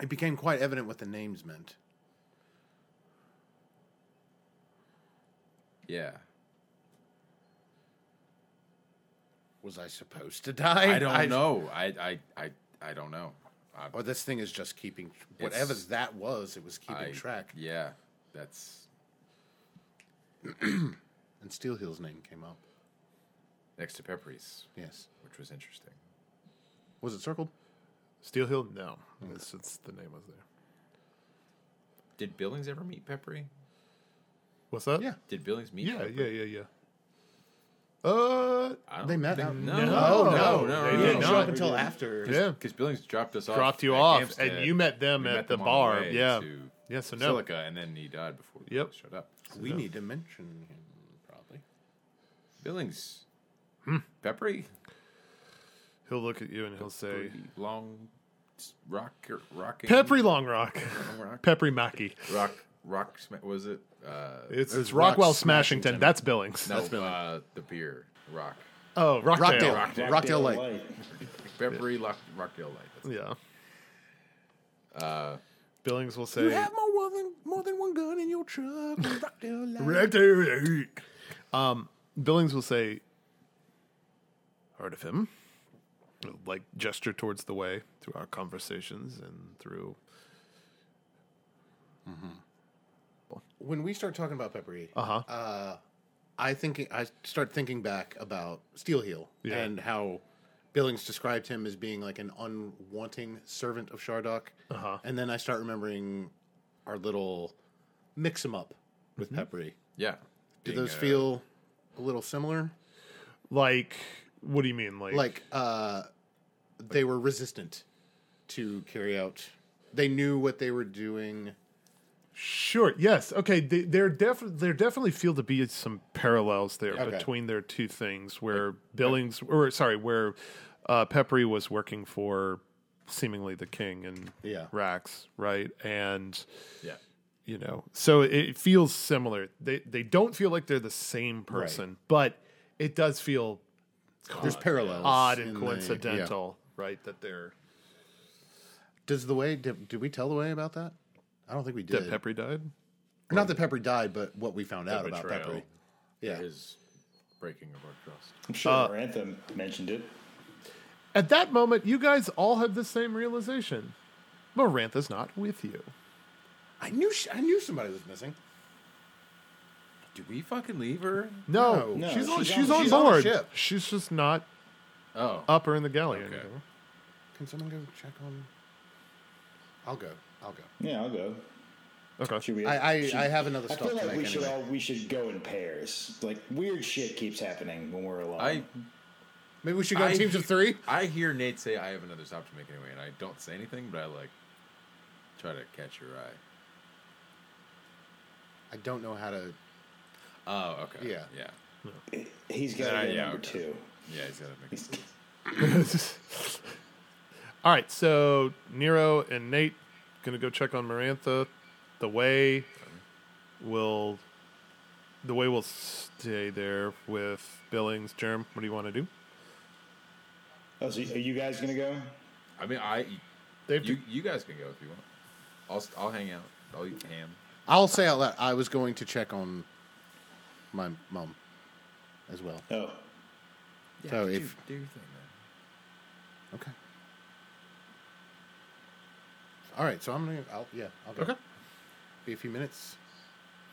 Speaker 4: It became quite evident what the names meant.
Speaker 6: Yeah.
Speaker 4: Was I supposed to die?
Speaker 6: I don't know. I I I I don't know. I,
Speaker 4: Or this thing is just keeping whatever
Speaker 6: It's-
Speaker 4: that was. It was keeping
Speaker 6: I-
Speaker 4: track.
Speaker 6: Yeah. That's
Speaker 4: And Steelheel's name came up.
Speaker 6: next to Peppery's,
Speaker 4: Yes.
Speaker 6: which was interesting.
Speaker 4: Was it circled?
Speaker 3: Steel Hill? No.
Speaker 6: Hmm.
Speaker 3: It's, it's the name was there.
Speaker 6: Did Billings ever meet Peppery?
Speaker 3: What's that?
Speaker 4: Yeah.
Speaker 6: Did Billings meet?
Speaker 3: Yeah,
Speaker 6: Peppery?
Speaker 3: yeah, yeah, yeah. Uh,
Speaker 6: I don't
Speaker 4: They met
Speaker 6: think-
Speaker 4: out-
Speaker 6: No,
Speaker 4: No.
Speaker 6: no, no,
Speaker 3: No,
Speaker 6: no.
Speaker 3: they
Speaker 6: no,
Speaker 3: did
Speaker 6: no.
Speaker 3: not.
Speaker 4: until after.
Speaker 3: yeah.
Speaker 6: Because Billings dropped us off.
Speaker 3: Dropped you
Speaker 6: at
Speaker 3: off,
Speaker 6: Hampstead.
Speaker 3: and you met them
Speaker 6: We
Speaker 3: at
Speaker 6: met
Speaker 3: the
Speaker 6: on
Speaker 3: bar,
Speaker 6: way
Speaker 3: yeah.
Speaker 6: to
Speaker 3: Yeah, so no.
Speaker 6: Silica, and then he died before we
Speaker 3: Yep.
Speaker 6: showed up.
Speaker 4: We need to mention him, probably.
Speaker 6: Billings.
Speaker 3: Hmm.
Speaker 6: Peppery.
Speaker 3: He'll look at you and he'll say,
Speaker 6: Long rock rocking
Speaker 3: Peppery Long Rock.
Speaker 6: long rock
Speaker 3: Peppery Mackey.
Speaker 6: rock rock sma- was it? Uh
Speaker 3: It's, it's
Speaker 4: Rock
Speaker 3: Rockwell
Speaker 4: Smashington.
Speaker 3: Smashington. That's Billings.
Speaker 6: no, uh, the beer. Rock.
Speaker 3: Oh, Rockdale.
Speaker 4: Rockdale.
Speaker 6: Rockdale.
Speaker 4: Rockdale,
Speaker 5: Rockdale
Speaker 4: Lake.
Speaker 5: Light.
Speaker 6: Peppery Lock Rockdale Light.
Speaker 4: Mm.
Speaker 6: That's-
Speaker 3: Yeah. Uh, Billings will say,
Speaker 4: Uh, more than, more than one gun in your truck.
Speaker 3: Um, Billings will say, "Heard of him?" He'll, Like gesture towards the way through our conversations and through.
Speaker 4: when we start talking about E, Peppery,
Speaker 3: Uh-huh.
Speaker 4: I think I start thinking back about Steelheel
Speaker 3: Yeah.
Speaker 4: and how Billings described him as being like an unwanting servant of Shardock.
Speaker 3: Uh-huh.
Speaker 4: And then I start remembering our little mix em up with
Speaker 3: Mm-hmm.
Speaker 4: Peppery.
Speaker 6: Yeah.
Speaker 4: Do
Speaker 6: Being,
Speaker 4: those
Speaker 6: uh,
Speaker 4: feel a little similar?
Speaker 3: Like, what do you mean? Like,
Speaker 4: Like uh, they were resistant to carry out. They knew what they were doing.
Speaker 3: sure, yes, okay. They, there definitely there definitely feel to be some parallels there
Speaker 4: Okay.
Speaker 3: between their two things, where Billings, or sorry, where uh, Peppery was working for seemingly the king and
Speaker 4: Yeah.
Speaker 3: Rax, right, and.
Speaker 6: Yeah.
Speaker 3: you know so it feels similar they they don't feel like they're the same person but it does feel
Speaker 4: There's parallels.
Speaker 3: odd and
Speaker 4: in the- yeah.
Speaker 3: coincidental right that they're
Speaker 4: Does the way did, did we tell the way about that? I don't think we did.
Speaker 3: that peppery died
Speaker 4: Not that Pepper died, but what we found out about
Speaker 6: betrayal.
Speaker 4: Pepper. Yeah.
Speaker 6: His breaking of our trust.
Speaker 5: I'm sure our anthem mentioned it.
Speaker 3: at that moment you guys all have the same realization marantha's not with you
Speaker 4: I knew sh I knew somebody was missing.
Speaker 6: Did we fucking leave her?
Speaker 3: no,
Speaker 5: No,
Speaker 3: she's, on, she's,
Speaker 5: she's
Speaker 3: on
Speaker 5: on-
Speaker 4: she's on a
Speaker 3: board
Speaker 4: ship.
Speaker 3: she's just not
Speaker 6: Oh.
Speaker 3: up or in the galley or
Speaker 6: Okay.
Speaker 3: anything.
Speaker 4: Can someone go check on? I'll go. I'll go.
Speaker 5: Yeah, I'll go.
Speaker 3: okay
Speaker 5: Should we?
Speaker 4: I I,
Speaker 5: should-
Speaker 4: I have another
Speaker 5: I
Speaker 4: stuff
Speaker 5: feel
Speaker 4: to
Speaker 5: like we
Speaker 4: make
Speaker 5: should
Speaker 4: anyway.
Speaker 5: all we should go in pairs. Like weird shit keeps happening when we're alone.
Speaker 6: I
Speaker 4: Maybe we should go in
Speaker 6: I-
Speaker 4: teams of three.
Speaker 6: I hear Nate say I have another stop to make anyway, and I don't say anything, but I like try to catch your eye.
Speaker 4: I don't know how to.
Speaker 6: Oh, okay.
Speaker 4: Yeah.
Speaker 6: Yeah.
Speaker 5: He's got
Speaker 6: Uh,
Speaker 5: to go
Speaker 6: yeah,
Speaker 5: number
Speaker 6: okay.
Speaker 5: two.
Speaker 6: Yeah, he's got to make it.
Speaker 3: All right, so Nero and Nate gonna go check on Marantha. The way will the way will stay there with Billings. Germ, what do you want to do?
Speaker 5: Oh, so are you guys gonna go?
Speaker 6: I mean, I
Speaker 3: They have
Speaker 6: you
Speaker 3: to,
Speaker 6: you guys can go if you want. I'll s- I'll hang out. I'll eat ham.
Speaker 4: I'll say out loud. I was going to check on my mom as well.
Speaker 5: Oh,
Speaker 6: Yeah,
Speaker 4: So
Speaker 6: do-
Speaker 4: if-
Speaker 6: do your thing, man.
Speaker 4: Okay. All right. So I'm gonna. I'll, yeah. I'll go.
Speaker 3: Okay.
Speaker 4: Be a few minutes.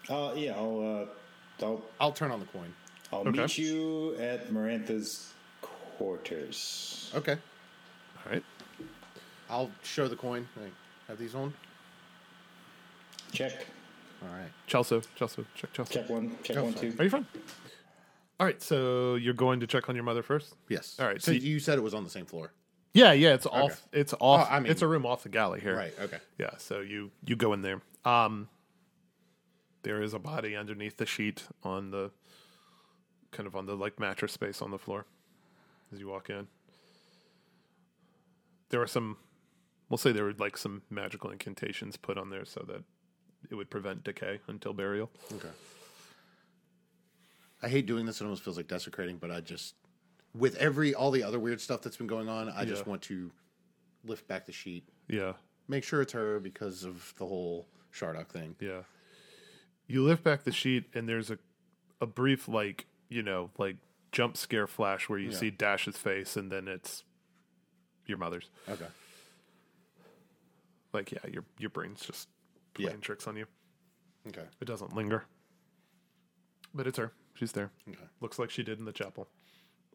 Speaker 5: uh, yeah. I'll uh, I'll
Speaker 4: I'll turn on the coin.
Speaker 5: I'll
Speaker 3: Okay.
Speaker 5: meet you at Marantha's quarters.
Speaker 4: Okay.
Speaker 3: all right.
Speaker 4: I'll show the coin. Like, have these on?
Speaker 5: Check,
Speaker 4: All right.
Speaker 3: Chelsea, Chelsea, check Chelsea.
Speaker 5: check one, check
Speaker 4: Go
Speaker 5: one,
Speaker 4: for it.
Speaker 5: two.
Speaker 3: Are you fine? All right, so you're going to check on your mother first.
Speaker 4: Yes.
Speaker 3: All right,
Speaker 4: So
Speaker 3: so
Speaker 4: you said it was on the same floor.
Speaker 3: Yeah, yeah, it's off. It's off.
Speaker 4: Oh, I mean-
Speaker 3: it's a room off the galley here.
Speaker 4: Right. Okay.
Speaker 3: Yeah, so you you go in there. Um there is a body underneath the sheet on the kind of on the like mattress space on the floor as you walk in. There were some we'll say there were like some magical incantations put on there so that it would prevent decay until burial.
Speaker 4: Okay. I hate doing this. It almost feels like desecrating, but I just, with every all the other weird stuff that's been going on, I just
Speaker 3: Yeah.
Speaker 4: want to lift back the sheet,
Speaker 3: Yeah.
Speaker 4: make sure it's her because of the whole Shardock thing.
Speaker 3: Yeah. You lift back the sheet and there's a a brief like, you know, like jump scare flash where you see Dash's face and then it's your mother's.
Speaker 4: Okay.
Speaker 3: Like, yeah, your your brain's just
Speaker 4: Yeah.
Speaker 3: playing tricks on you.
Speaker 4: Okay.
Speaker 3: It doesn't linger. But it's her. She's there.
Speaker 4: Okay.
Speaker 3: Looks like she did in the chapel.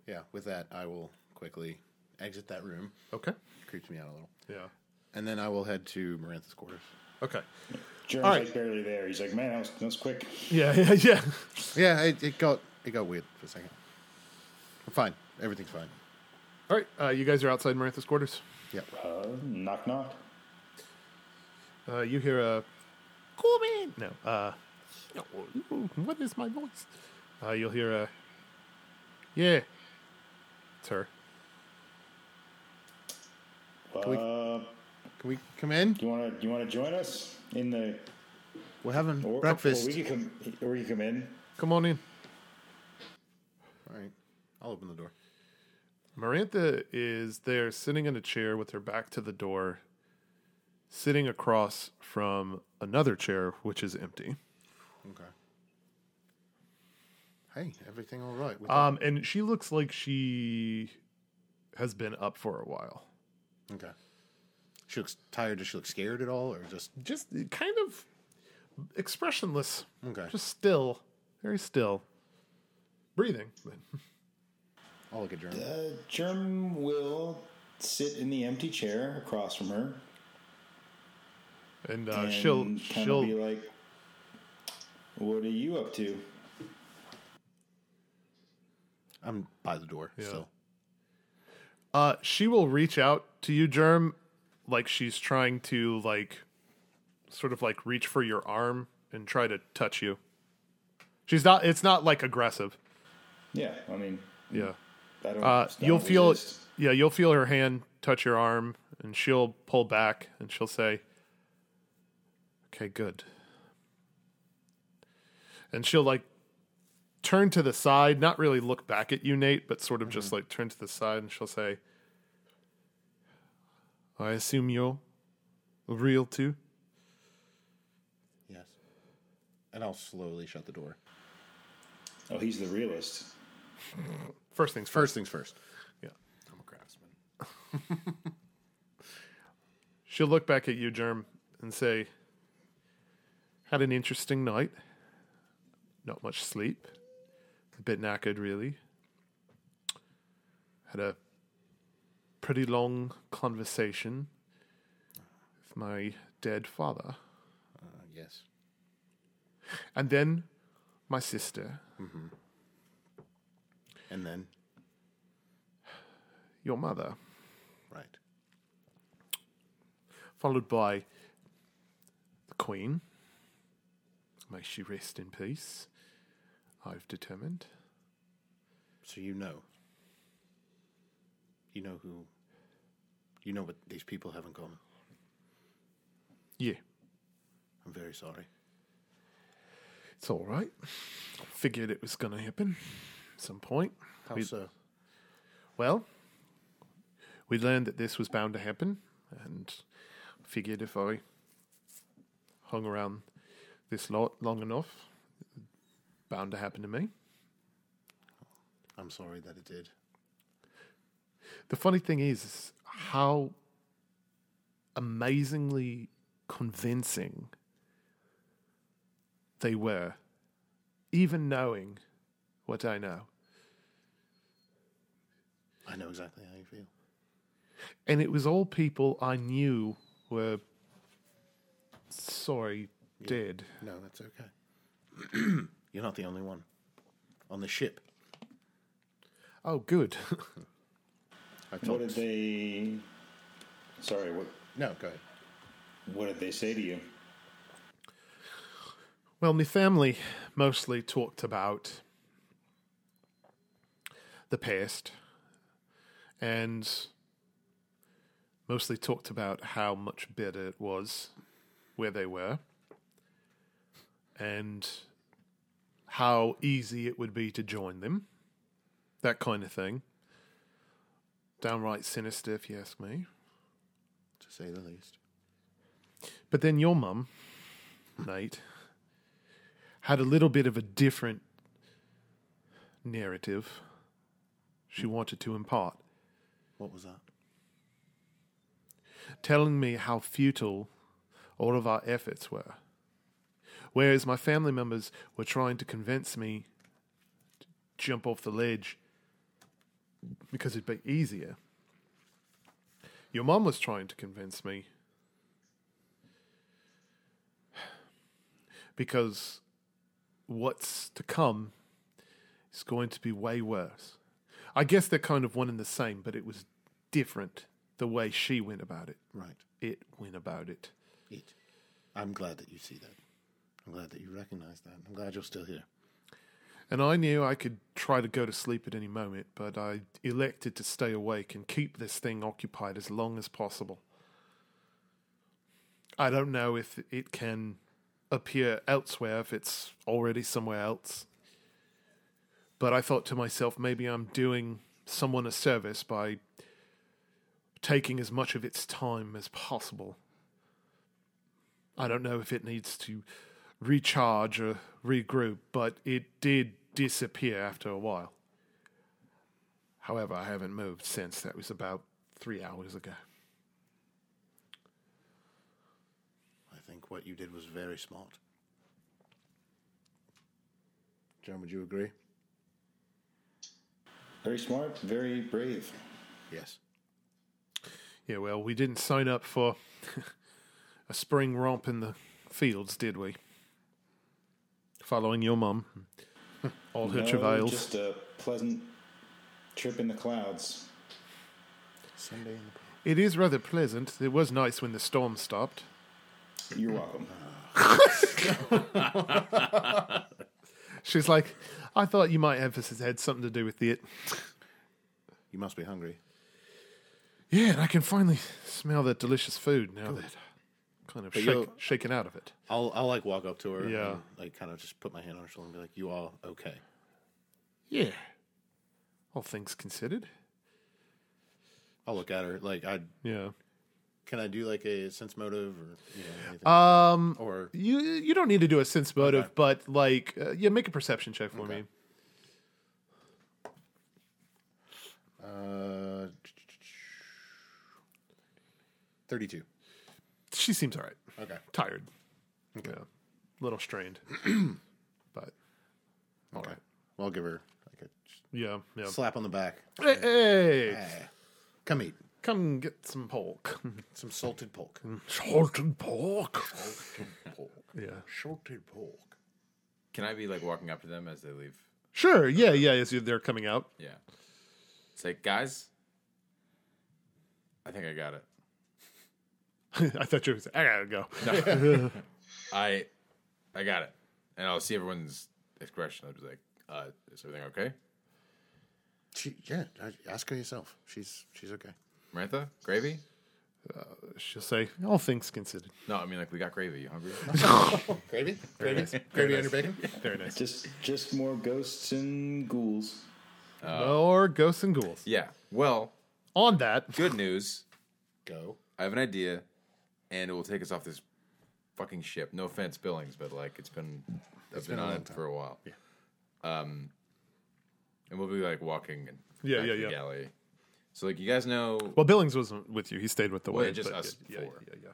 Speaker 4: Yeah. With that, I will quickly exit that room. Oh,
Speaker 3: Okay.
Speaker 4: creeps me out a little,
Speaker 3: Yeah.
Speaker 4: and then I will head to Marantha's quarters.
Speaker 3: Okay.
Speaker 5: Jerem's
Speaker 3: All right.
Speaker 5: like barely there. He's like, man, that was, that was quick.
Speaker 3: Yeah, yeah, yeah.
Speaker 4: Yeah, it, it got it got weird for a second. I'm fine. Everything's fine.
Speaker 3: All right. Uh, you guys are outside Marantha's quarters.
Speaker 4: Yeah.
Speaker 5: Uh, knock, knock.
Speaker 3: Uh, you hear a cool man. No. Uh, "Ooh, what is my voice? Uh, you'll hear a yeah. It's her.
Speaker 5: Uh,
Speaker 4: we-
Speaker 5: do
Speaker 4: Can we come in?
Speaker 5: you want to you want to join us in the
Speaker 4: We're having
Speaker 5: or,
Speaker 4: breakfast.
Speaker 5: Or we can come. Or you come in.
Speaker 3: Come on in.
Speaker 4: All right. I'll open the door.
Speaker 3: Marantha is there sitting in a chair with her back to the door, sitting across from another chair which is empty.
Speaker 4: Okay. Hey, everything all right? With
Speaker 3: Um, and she looks like she has been up for a while.
Speaker 4: that? okay. She looks tired. Does she look scared at all, or just
Speaker 3: Just kind of expressionless.
Speaker 4: okay?
Speaker 3: Just still, very still. Breathing.
Speaker 4: I'll look at Jeremy.
Speaker 5: Uh, Germ will sit in the empty chair across from her.
Speaker 3: And, uh,
Speaker 5: and
Speaker 3: she'll
Speaker 5: kinda
Speaker 3: she'll
Speaker 5: be like, "What are you up to?"
Speaker 4: I'm by the door
Speaker 3: Yeah.
Speaker 4: still.
Speaker 3: uh she will reach out to you, Germ, like she's trying to like sort of like reach for your arm and try to touch you. She's not it's not like aggressive.
Speaker 5: Yeah, I mean,
Speaker 3: Yeah.
Speaker 5: I don't.
Speaker 3: Uh
Speaker 5: I don't
Speaker 3: you'll feel
Speaker 5: resist.
Speaker 3: yeah, you'll feel her hand touch your arm and she'll pull back and she'll say Okay, good. And she'll like turn to the side, not really look back at you, Nate, but sort of
Speaker 5: Mm-hmm.
Speaker 3: just like turn to the side and she'll say, I assume you're real too?
Speaker 4: Yes. And I'll slowly shut the door.
Speaker 5: Oh, he's the realist.
Speaker 3: First things first.
Speaker 4: First things first.
Speaker 6: I'm a craftsman.
Speaker 3: She'll look back at you, Germ, and say, Had an interesting night. Not much sleep. A bit knackered, really. Had a pretty long conversation with my dead father.
Speaker 4: Uh, yes.
Speaker 3: And then my sister.
Speaker 4: And then
Speaker 3: your mother,
Speaker 4: right.
Speaker 3: followed by the Queen. May she rest in peace, I've determined.
Speaker 4: So you know. You know who. You know what these people have in common.
Speaker 3: Yeah,
Speaker 4: I'm very sorry.
Speaker 3: it's all right. Figured it was going to happen at some point.
Speaker 4: How
Speaker 3: We-
Speaker 4: so?
Speaker 3: Well, we learned that this was bound to happen, and figured if I hung around this lot long enough, bound to happen to me.
Speaker 4: I'm sorry that it did.
Speaker 3: The funny thing is, is how amazingly convincing they were, even knowing what I know.
Speaker 4: I know exactly how you feel.
Speaker 3: And it was all people I knew were sorry, dead.
Speaker 4: No, that's okay. You're not the only one. On the ship.
Speaker 3: Oh, good.
Speaker 4: I've
Speaker 5: What
Speaker 4: told
Speaker 5: did they? Sorry, what
Speaker 4: No, go ahead.
Speaker 5: what did they say to you?
Speaker 3: Well, my family mostly talked about the past and mostly talked about how much better it was where they were and how easy it would be to join them. That kind of thing. Downright sinister, if you ask me.
Speaker 4: To say the least.
Speaker 3: But then your mum, Nate, had a little bit of a different narrative she wanted to impart,
Speaker 4: What was that?
Speaker 3: telling me how futile all of our efforts were. Whereas my family members were trying to convince me to jump off the ledge because it'd be easier. Your mum was trying to convince me because what's to come is going to be way worse. I guess they're kind of one and the same, but it was different the way she went about it.
Speaker 4: Right.
Speaker 3: It went about it.
Speaker 4: Eat. I'm glad that you see that. I'm glad that you recognize that. I'm glad you're still here.
Speaker 3: And I knew I could try to go to sleep at any moment, but I elected to stay awake and keep this thing occupied as long as possible. I don't know if it can appear elsewhere, if it's already somewhere else. But I thought to myself, maybe I'm doing someone a service by taking as much of its time as possible. I don't know if it needs to recharge or regroup, but it did disappear after a while. However, I haven't moved since. That was about three hours ago.
Speaker 4: I think what you did was very smart. John, would you agree?
Speaker 5: Very smart, very brave.
Speaker 4: Yes.
Speaker 3: Yeah, well, we didn't sign up for a spring romp in the fields, did we? Following your mum, all her
Speaker 5: No,
Speaker 3: travails.
Speaker 5: Just a pleasant trip in the clouds.
Speaker 4: Sunday in the
Speaker 3: It is rather pleasant. It was nice when the storm stopped.
Speaker 5: You're
Speaker 3: Hmm.
Speaker 5: welcome.
Speaker 3: She's like, I thought you might have this had something to do with it.
Speaker 4: You must be hungry.
Speaker 3: Yeah, and I can finally smell that delicious food now that I'm kind of shake,
Speaker 4: you're-
Speaker 3: shaken out of it.
Speaker 4: I'll I'll like walk up to her
Speaker 3: Yeah.
Speaker 4: and like kind of just put my hand on her shoulder and be like, You are okay.
Speaker 3: Yeah. All things considered.
Speaker 4: I'll look at her. Like I
Speaker 3: Yeah.
Speaker 4: can I do like a sense motive or you know, anything?
Speaker 3: Um,
Speaker 4: or
Speaker 3: you you don't need to do a sense motive, but like, uh, yeah, make a perception check for me.
Speaker 4: uh thirty two.
Speaker 3: She seems all right.
Speaker 4: Okay.
Speaker 3: Tired. Okay. Yeah. Little strained. but all right.
Speaker 4: Well I'll give her like a
Speaker 3: Yeah. Yeah.
Speaker 4: slap on the back.
Speaker 3: Hey, hey,
Speaker 4: Eh. Come eat.
Speaker 3: come get some pork.
Speaker 4: Some salted pork.
Speaker 3: Salted pork. Yeah.
Speaker 4: Salted pork.
Speaker 6: Can I be like walking up to them as they leave?
Speaker 3: Sure. Yeah. Yeah. As you- they're coming out.
Speaker 6: Yeah. It's like, guys, I think I got it.
Speaker 3: I thought you were. saying, I gotta go.
Speaker 6: I I got it. And I'll see everyone's expression. I'll be like, uh, is everything okay?
Speaker 4: She, yeah, I- ask her yourself. She's she's okay.
Speaker 6: Marantha? Gravy?
Speaker 3: She'll say, all things considered.
Speaker 6: No, I mean, like, we got gravy. You hungry?
Speaker 4: Gravy, gravy, gravy on your bacon.
Speaker 3: Very nice.
Speaker 5: Just just more ghosts and ghouls.
Speaker 3: or ghosts and ghouls.
Speaker 6: yeah. Well,
Speaker 3: On that,
Speaker 6: good news.
Speaker 4: Go.
Speaker 6: I have an idea, and it will take us off this fucking ship. No offense, Billings, but like it's been I've been,
Speaker 4: been a
Speaker 6: on
Speaker 4: long
Speaker 6: it for a while. Yeah. Um, and we'll be like walking and
Speaker 3: Yeah,
Speaker 6: back
Speaker 3: yeah,
Speaker 6: to the
Speaker 3: yeah.
Speaker 6: gallery. So like you guys know,
Speaker 3: well, Billings wasn't with you. He stayed with the
Speaker 6: Well,
Speaker 3: way.
Speaker 6: yeah, just us
Speaker 3: yeah,
Speaker 6: four.
Speaker 3: Yeah, yeah,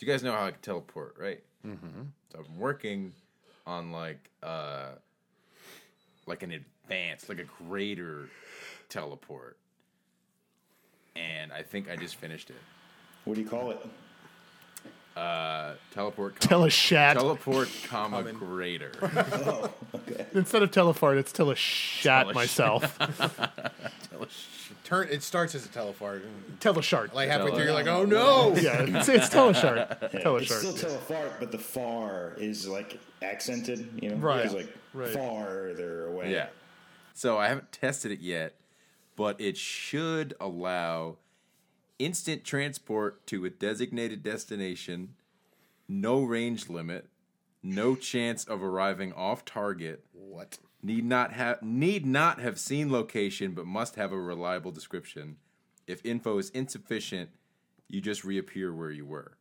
Speaker 6: you guys know how I can teleport, right? Mm-hmm. So I've been working on like uh like an advanced, like a greater teleport, and I think I just finished it.
Speaker 5: What do you call it?
Speaker 6: Teleport,
Speaker 3: Tell
Speaker 6: comma,
Speaker 3: a shat.
Speaker 6: teleport, comma, greater.
Speaker 3: Instead of telefart, it's tell a shat myself.
Speaker 4: Turn. It starts as a telefart. and
Speaker 3: tell a shark.
Speaker 4: Like halfway
Speaker 6: Tele-
Speaker 4: through, you're like, oh no.
Speaker 3: yeah, it's, it's tell a shark. Tell a
Speaker 5: It's
Speaker 3: shark.
Speaker 5: still telefart, but the far is like accented, you know?
Speaker 3: Right.
Speaker 5: It's like
Speaker 3: Right.
Speaker 5: farther away.
Speaker 6: Yeah. So I haven't tested it yet, but it should allow instant transport to a designated destination, no range limit, no chance of arriving off target,
Speaker 4: What?
Speaker 6: need not have need not have seen location but must have a reliable description. If info is insufficient, you just reappear where you were.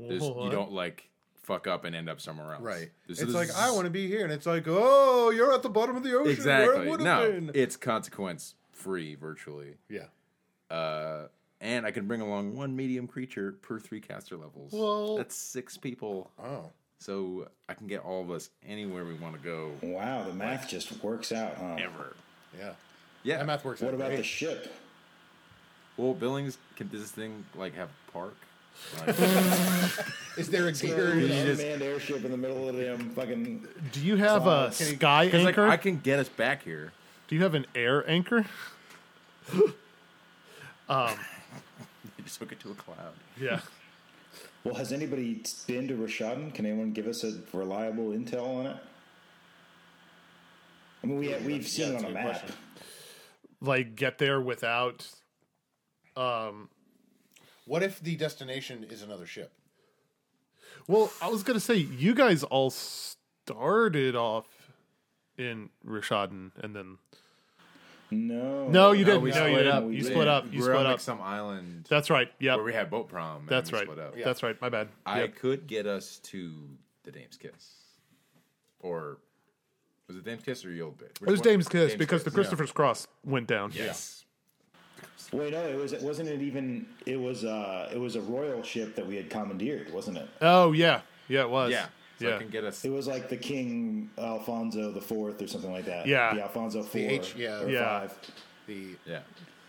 Speaker 6: There's, you
Speaker 3: What?
Speaker 6: don't like fuck up and end up somewhere else.
Speaker 4: Right.
Speaker 6: This-
Speaker 4: it's
Speaker 6: this
Speaker 4: like
Speaker 6: is-
Speaker 4: I want to be here, and it's like, oh, you're at the bottom of the ocean. Where
Speaker 6: exactly.
Speaker 4: it would have
Speaker 6: No,
Speaker 4: been.
Speaker 6: it's consequence free virtually.
Speaker 4: yeah.
Speaker 6: Uh, and I can bring along one medium creature per three caster levels.
Speaker 3: Well-
Speaker 6: that's six people.
Speaker 4: Oh.
Speaker 6: So I can get all of us anywhere we want to go.
Speaker 5: Wow, the math just works out, huh?
Speaker 6: Ever.
Speaker 4: Yeah.
Speaker 6: Yeah.
Speaker 4: That math works.
Speaker 5: What
Speaker 4: out
Speaker 5: about
Speaker 4: great.
Speaker 5: the ship?
Speaker 6: well, Billings, can does this thing like have a park? Like,
Speaker 4: Is there a
Speaker 5: An
Speaker 4: gear?
Speaker 6: just-
Speaker 5: unmanned airship in the middle of the damn fucking.
Speaker 3: Do you have a
Speaker 5: Can you-
Speaker 3: sky
Speaker 6: Cause, like,
Speaker 3: anchor?
Speaker 6: I can get us back here.
Speaker 3: Do you have an air anchor?
Speaker 6: just hook it to a cloud.
Speaker 3: Yeah.
Speaker 5: Well, has anybody been to Rashadan? Can anyone give us a reliable intel on it? I mean, we have, we've seen it on a map.
Speaker 3: like get there without.
Speaker 4: What if the destination is another ship?
Speaker 3: Well, I was gonna say you guys all started off in Rishadan, and then
Speaker 5: No.
Speaker 3: no, you
Speaker 6: No,
Speaker 3: didn't.
Speaker 6: we
Speaker 3: No,
Speaker 6: split
Speaker 3: you didn't.
Speaker 6: up.
Speaker 3: You
Speaker 5: We
Speaker 3: split
Speaker 5: did.
Speaker 3: up. You
Speaker 6: We're on
Speaker 3: split
Speaker 6: like
Speaker 3: up.
Speaker 6: some island
Speaker 3: That's right. Yep.
Speaker 6: where we had boat prom. and
Speaker 3: That's
Speaker 6: we
Speaker 3: right.
Speaker 6: Split up.
Speaker 3: That's right. My bad.
Speaker 6: I
Speaker 3: Yep.
Speaker 6: could get us to the Dame's Kiss, or was it Dame's Kiss or Yield Bit?
Speaker 3: It was Dame's Kiss because the Christopher's Cross went down.
Speaker 6: Yes.
Speaker 5: Wait, no, it was. Wasn't it even? It was. Uh, it was a royal ship that we had commandeered, wasn't it?
Speaker 3: Oh yeah, yeah, it was.
Speaker 6: Yeah. So
Speaker 3: yeah.
Speaker 6: I can get us.
Speaker 5: It was like the King Alfonso the Fourth or something like that.
Speaker 3: Yeah.
Speaker 5: the Alfonso Four.
Speaker 4: H- yeah.
Speaker 5: or
Speaker 3: Yeah.
Speaker 5: Five.
Speaker 4: The
Speaker 6: Yeah.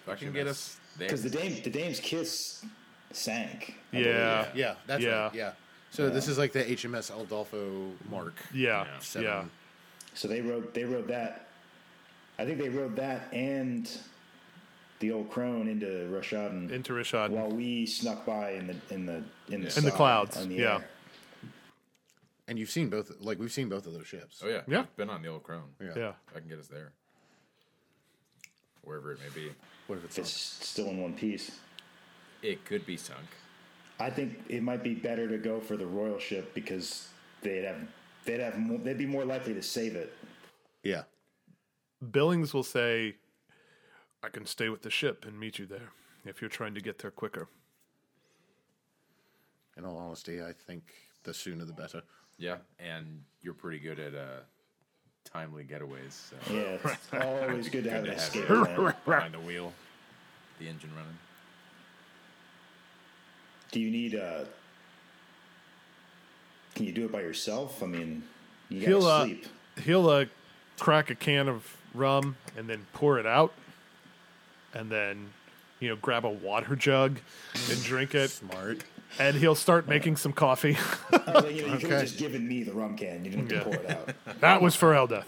Speaker 6: So I can get us there.
Speaker 5: Because the dame, the dame's kiss sank. I believe.
Speaker 3: yeah. yeah,
Speaker 4: yeah, that's
Speaker 3: Yeah.
Speaker 4: right. Yeah. So this is like the HMS Aldolfo Mark.
Speaker 3: yeah,
Speaker 4: Seven.
Speaker 5: So they rode. They rode that. I think they rode that and the old crone into Rashadan
Speaker 3: Into Rishadan.
Speaker 5: while we snuck by in the in the in the,
Speaker 3: In the
Speaker 5: sky,
Speaker 3: clouds,
Speaker 5: on the
Speaker 3: yeah.
Speaker 5: air.
Speaker 4: And you've seen both, like we've seen both of those ships.
Speaker 6: Oh yeah.
Speaker 3: Yeah.
Speaker 6: I've been on the old Crone.
Speaker 4: Yeah.
Speaker 3: yeah.
Speaker 6: I can get us there. Wherever it may be,
Speaker 4: What if it's
Speaker 5: It's still in one piece.
Speaker 6: it could be sunk.
Speaker 5: I think it might be better to go for the royal ship because they'd have they'd have more, they'd be more likely to save it.
Speaker 4: yeah?
Speaker 3: Billings will say, "I can stay with the ship and meet you there if you're trying to get there quicker."
Speaker 4: In all honesty, I think the sooner the better.
Speaker 6: Yeah. And you're pretty good at uh, timely getaways. So
Speaker 5: Yeah, it's always good to have an
Speaker 6: to have
Speaker 5: escape
Speaker 6: it.
Speaker 5: plan.
Speaker 6: behind the wheel, the engine running.
Speaker 5: Do you need uh Can you do it by yourself? I mean, you
Speaker 3: He'll
Speaker 5: gotta
Speaker 3: uh,
Speaker 5: sleep.
Speaker 3: he'll uh, crack a can of rum and then pour it out, and then you know grab a water jug and drink it,
Speaker 4: Smart.
Speaker 3: and he'll start making some coffee.
Speaker 5: Or, you know, you could
Speaker 4: Okay.
Speaker 5: have just given me the rum can. You didn't have to pour it out.
Speaker 3: that was for Elda.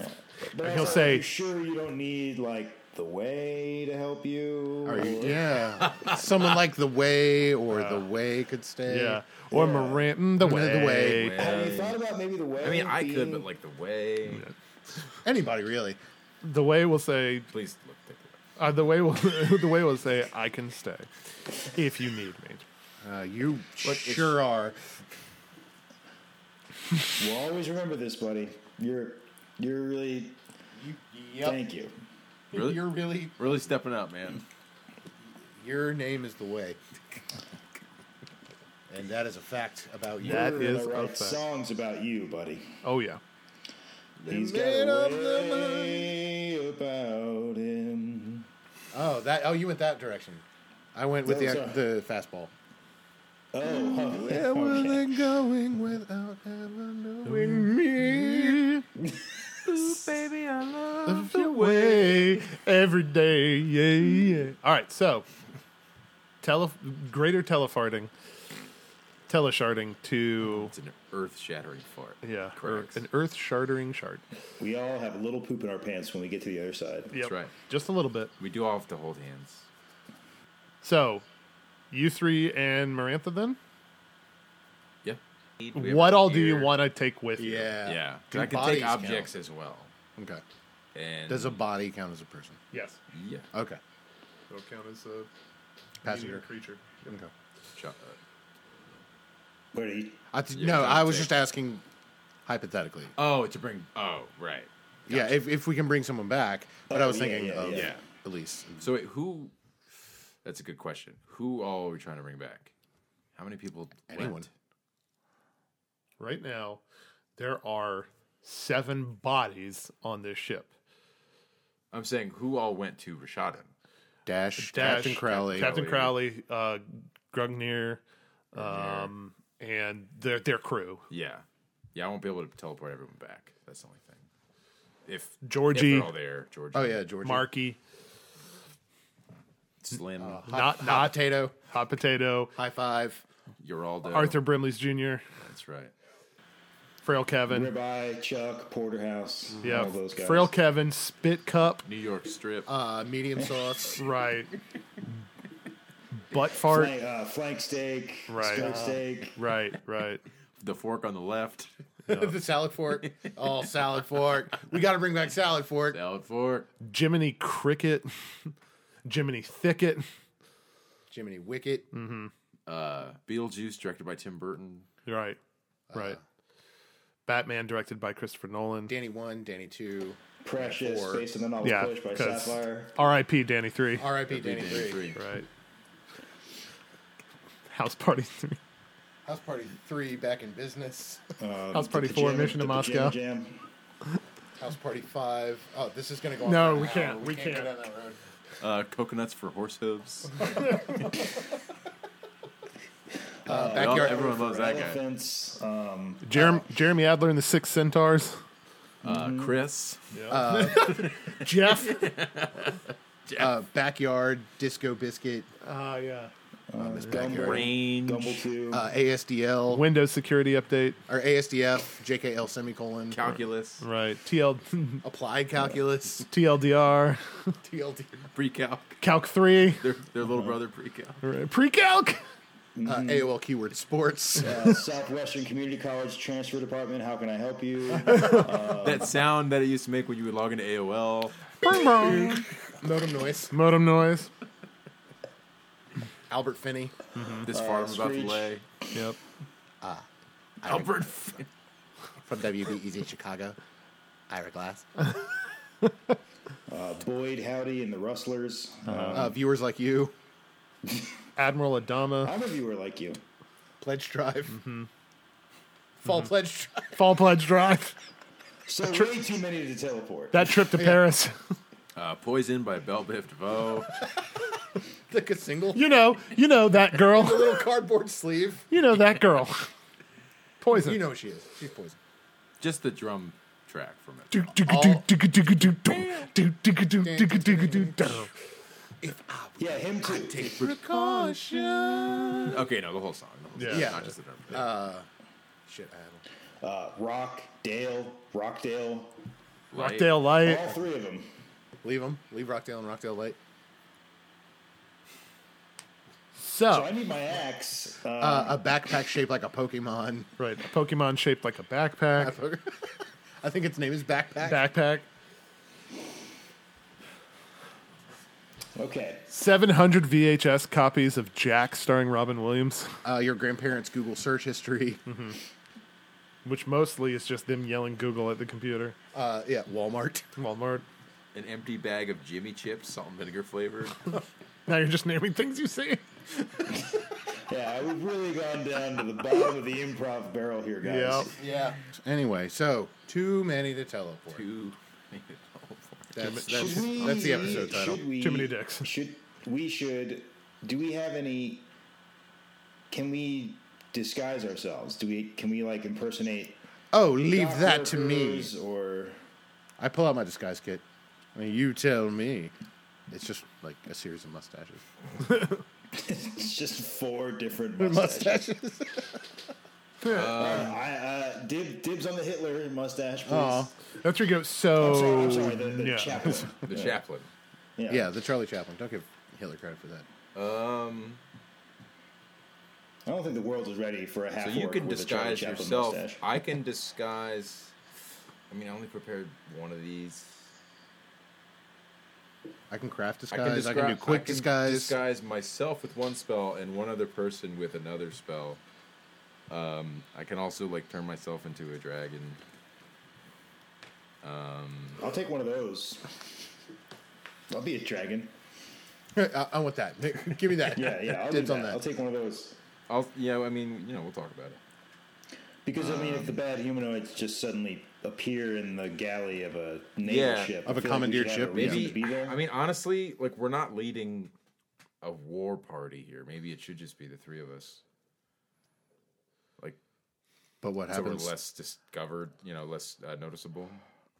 Speaker 5: But
Speaker 3: he'll
Speaker 5: also,
Speaker 3: say-
Speaker 5: "Are you sure you don't need like the way to help you?"
Speaker 4: Are you,
Speaker 5: Or-
Speaker 4: yeah. Someone like the way or the way could stay.
Speaker 3: Yeah, or Moran mm, the way.
Speaker 4: the way.
Speaker 5: Have you thought about maybe the way?
Speaker 6: I mean, I could,
Speaker 5: being-
Speaker 6: but like the way.
Speaker 4: Anybody really?
Speaker 3: The way will say,
Speaker 6: Please look. Take the way.
Speaker 3: Uh, the way will, the way will say, "I can stay if you need me."
Speaker 4: Uh, you sure are.
Speaker 5: We'll always remember this, buddy. You're you're really
Speaker 4: Yep.
Speaker 5: thank you.
Speaker 6: Really?
Speaker 4: You're really.
Speaker 6: Really stepping up, man.
Speaker 4: Your name is the way. and that is a fact about you.
Speaker 3: That
Speaker 5: We're gonna
Speaker 3: is a
Speaker 5: write
Speaker 3: fact.
Speaker 5: songs about you, buddy.
Speaker 3: Oh yeah,
Speaker 5: He's got
Speaker 4: man
Speaker 5: a
Speaker 4: of the
Speaker 5: way about him.
Speaker 4: Oh, that. Oh, you went that direction. I went with the
Speaker 5: That was
Speaker 4: the fastball.
Speaker 5: Oh, huh. yeah,
Speaker 4: Where
Speaker 5: okay.
Speaker 4: they going without ever knowing?
Speaker 3: Love your way every day. Yeah, yeah. All right, so tele greater telefarting, telesharding to
Speaker 6: It's an earth shattering fart.
Speaker 3: yeah, or
Speaker 6: Correct.
Speaker 3: an earth shardering shard.
Speaker 5: We all have a little poop in our pants when we get to the other side.
Speaker 3: Yep,
Speaker 6: right.
Speaker 3: Just a little bit.
Speaker 6: We do all have to hold hands.
Speaker 3: So, you three and Marantha, then
Speaker 6: Yeah.
Speaker 3: what all do you want to take with you?
Speaker 4: Yeah.
Speaker 6: Yeah. 'cause
Speaker 4: Do
Speaker 6: I can
Speaker 4: bodies
Speaker 6: take
Speaker 4: count?
Speaker 6: objects as well.
Speaker 4: Okay.
Speaker 6: And
Speaker 4: Does a body count as a person?
Speaker 3: Yes.
Speaker 6: yeah.
Speaker 4: Okay.
Speaker 3: It'll count as a
Speaker 4: Passenger.
Speaker 3: creature.
Speaker 4: Okay.
Speaker 6: Ch- uh,
Speaker 5: Buddy,
Speaker 4: I th-
Speaker 6: Yeah,
Speaker 4: no,
Speaker 6: count
Speaker 4: I was
Speaker 6: take.
Speaker 4: just asking hypothetically.
Speaker 6: Oh, to bring. Oh, right.
Speaker 4: Yeah, if, if we can bring someone back, but I
Speaker 5: Oh,
Speaker 4: was
Speaker 5: yeah,
Speaker 4: thinking
Speaker 5: yeah,
Speaker 4: of
Speaker 5: yeah.
Speaker 4: Elise.
Speaker 6: So wait, who? That's a good question. Who all are we trying to bring back? How many people?
Speaker 4: Anyone.
Speaker 6: Left?
Speaker 3: Right now, there are seven bodies on this ship.
Speaker 6: I'm saying who all went to Rashadan?
Speaker 4: Dash,
Speaker 3: Dash,
Speaker 4: Captain Crowley.
Speaker 5: Oh,
Speaker 3: Captain Crowley, uh, Grugnir, um, and their their crew.
Speaker 6: Yeah, yeah. I won't be able to teleport everyone back. That's the only thing. If
Speaker 3: Georgie.
Speaker 6: if they're all there, Georgie.
Speaker 4: Oh yeah, George.
Speaker 3: Marky,
Speaker 6: Slim,
Speaker 3: not not
Speaker 4: Potato.
Speaker 3: hot potato.
Speaker 4: High five.
Speaker 6: Uraldo.
Speaker 3: Arthur Brimley's Jr.,
Speaker 6: That's right.
Speaker 3: Frail Kevin,
Speaker 5: Ribeye, Chuck, Porterhouse,
Speaker 3: yeah,
Speaker 5: all those guys.
Speaker 3: Frail Kevin, Spit Cup,
Speaker 6: New York Strip.
Speaker 4: Uh, medium sauce.
Speaker 3: right, Butt Fart,
Speaker 5: flank, uh, flank steak,
Speaker 3: Right.
Speaker 5: skunk
Speaker 3: Uh,
Speaker 5: steak.
Speaker 3: right, right.
Speaker 6: the fork on the left.
Speaker 4: the salad fork. Oh, salad fork. We got to bring back salad fork.
Speaker 6: Salad fork.
Speaker 3: Jiminy Cricket, Jiminy Thicket,
Speaker 4: Jiminy Wicket.
Speaker 3: Hmm.
Speaker 6: Uh, Beetlejuice, directed by Tim Burton.
Speaker 3: right, right. Batman, directed by Christopher Nolan.
Speaker 4: Danny one. Danny two.
Speaker 5: Precious,
Speaker 4: Four.
Speaker 5: based on the novel
Speaker 3: Yeah,
Speaker 5: Push by
Speaker 3: 'cause-
Speaker 5: Sapphire.
Speaker 3: R.I.P. Danny Three.
Speaker 4: R.I.P. Danny three.
Speaker 3: Right. House Party 3.
Speaker 4: House party three. Back in business.
Speaker 5: Um,
Speaker 3: House
Speaker 5: the
Speaker 3: Party 4,
Speaker 5: pajama-
Speaker 3: Mission to
Speaker 5: the pajama
Speaker 3: Moscow.
Speaker 5: Jam.
Speaker 4: House party five. Oh, this is gonna go. on
Speaker 3: No,
Speaker 4: for an
Speaker 3: we
Speaker 4: hour.
Speaker 3: can't. We
Speaker 4: go
Speaker 3: can't.
Speaker 4: down that road.
Speaker 6: Uh, coconuts for horse hooves. Y'all-
Speaker 4: Backyard.
Speaker 6: everyone loves that guy.
Speaker 5: Elephants. Um,
Speaker 3: Jerem- Jeremy Adler and the Six Centaurs.
Speaker 6: Uh, Chris.
Speaker 3: Jeff.
Speaker 4: Uh, backyard. Disco biscuit. uh,
Speaker 3: Ah, yeah.
Speaker 4: Backyard.
Speaker 6: Range.
Speaker 5: Gumball 2.
Speaker 4: Uh, ASDL
Speaker 3: Windows security update.
Speaker 4: or ASDF. JKL semicolon.
Speaker 6: Calculus.
Speaker 3: Right. TL-
Speaker 4: applied calculus.
Speaker 3: TLDR.
Speaker 4: TLD.
Speaker 6: Precalc.
Speaker 3: Calc 3.
Speaker 6: Their, their
Speaker 3: Mm-hmm.
Speaker 6: little brother precalc.
Speaker 3: Right. Pre-calc.
Speaker 4: Uh, AOL keyword sports.
Speaker 5: uh, Southwestern Community College Transfer Department. How can I help you?
Speaker 6: That sound that it used to make when you would log into AOL.
Speaker 3: Bing, bong.
Speaker 4: Modem noise.
Speaker 3: Modem noise.
Speaker 4: Albert Finney.
Speaker 6: This farm I'm about to
Speaker 5: Screech.
Speaker 6: lay.
Speaker 3: Yep. Ah.
Speaker 6: Albert. Fin-
Speaker 4: from WBEZ Chicago. Ira Glass.
Speaker 5: Uh, Boyd Howdy and the Rustlers. Uh,
Speaker 4: Uh, viewers like you.
Speaker 3: Admiral Adama.
Speaker 5: I'm a viewer like you.
Speaker 4: Pledge Drive. Fall Pledge Drive.
Speaker 3: Fall Pledge Drive.
Speaker 5: So way too many to teleport.
Speaker 3: That trip to Paris.
Speaker 6: uh, Poison by Belle Biv DeVoe.
Speaker 4: Like a single
Speaker 3: You know, you know that girl.
Speaker 4: little cardboard sleeve.
Speaker 3: You know that girl. Poison.
Speaker 4: You know who she is. She's poison.
Speaker 6: Just the drum track from it.
Speaker 3: Right.
Speaker 5: yeah, him too.
Speaker 4: Caution.
Speaker 6: Okay, no, the whole song. The whole song.
Speaker 3: Yeah. Uh,
Speaker 6: Not just the drum track.
Speaker 4: Shit, I have
Speaker 5: Uh, Rock, Dale, Rockdale.
Speaker 6: Light.
Speaker 3: Dale Light.
Speaker 5: All three of them.
Speaker 4: Leave them. Leave Rockdale and Rockdale Light.
Speaker 5: So I
Speaker 3: So,
Speaker 5: need my axe. Uh,
Speaker 4: Uh, a backpack shaped like a Pokemon.
Speaker 3: right, a Pokemon shaped like a backpack.
Speaker 4: I think its name is Backpack.
Speaker 3: Backpack.
Speaker 5: Okay.
Speaker 3: 700 VHS copies of Jack starring Robin Williams,
Speaker 4: Uh, your grandparents' Google search history.
Speaker 3: which mostly is just them yelling Google at the computer.
Speaker 4: Uh, yeah, Walmart.
Speaker 3: Walmart.
Speaker 6: An empty bag of Jimmy chips, salt and vinegar flavored.
Speaker 3: Now you're just naming things you see.
Speaker 5: Yeah, we've really gone down to the bottom of the improv barrel here, guys.
Speaker 3: Yeah.
Speaker 4: Yeah. Anyway, so too many to teleport.
Speaker 6: Two.
Speaker 4: That's that's, that's the episode title.
Speaker 5: Should we,
Speaker 3: Too many dicks.
Speaker 5: Should we should? Do we have any? Can we disguise ourselves? Do we? Can we like impersonate?
Speaker 4: Oh, leave that to me.
Speaker 5: doctors Or
Speaker 4: I pull out my disguise kit. I mean, you tell me. It's just like a series of mustaches.
Speaker 5: it's just four different mustaches. Uh, I, uh, dib, dibs on the Hitler mustache, please.
Speaker 4: Aw.
Speaker 3: That's where you go.
Speaker 5: I'm
Speaker 3: So
Speaker 5: sorry, I'm sorry. The, the
Speaker 3: no.
Speaker 5: chaplain.
Speaker 6: The chaplain.
Speaker 4: Yeah, the Charlie Chaplin. Don't give Hitler credit for that.
Speaker 6: Um,
Speaker 5: I don't think the world is ready for a half.
Speaker 6: so you
Speaker 5: orc
Speaker 6: can
Speaker 5: with a Charlie
Speaker 6: disguise
Speaker 5: Chaplin
Speaker 6: yourself.
Speaker 5: Mustache.
Speaker 6: I can disguise. I mean, I only prepared one of these.
Speaker 4: I can craft
Speaker 6: I
Speaker 4: disguise. I
Speaker 6: can,
Speaker 4: can,
Speaker 6: disguise.
Speaker 4: do quick disguise.
Speaker 6: Disguise myself with one spell and one other person with another spell. Um, I can also like turn myself into a dragon.
Speaker 5: I'll take one of those. I'll be a dragon.
Speaker 4: I, I want that. Give me that.
Speaker 5: Yeah, yeah. I'll do
Speaker 4: Dibs
Speaker 5: that.
Speaker 4: on that.
Speaker 5: I'll take one of those.
Speaker 6: I'll yeah. I mean, you know, we'll talk about it.
Speaker 5: Because I mean, if the bad humanoids just suddenly appear in the galley of a naval
Speaker 6: Yeah,
Speaker 5: ship,
Speaker 4: of
Speaker 5: I
Speaker 4: a
Speaker 5: feel
Speaker 4: commandeered
Speaker 5: we should have
Speaker 4: ship,
Speaker 5: a reason
Speaker 6: Maybe
Speaker 5: to be there.
Speaker 6: I mean, honestly, like we're not leading a war party here. Maybe it should just be the three of us. Like
Speaker 4: But what
Speaker 6: so we're
Speaker 4: happens?
Speaker 6: less discovered, you know, less uh, noticeable.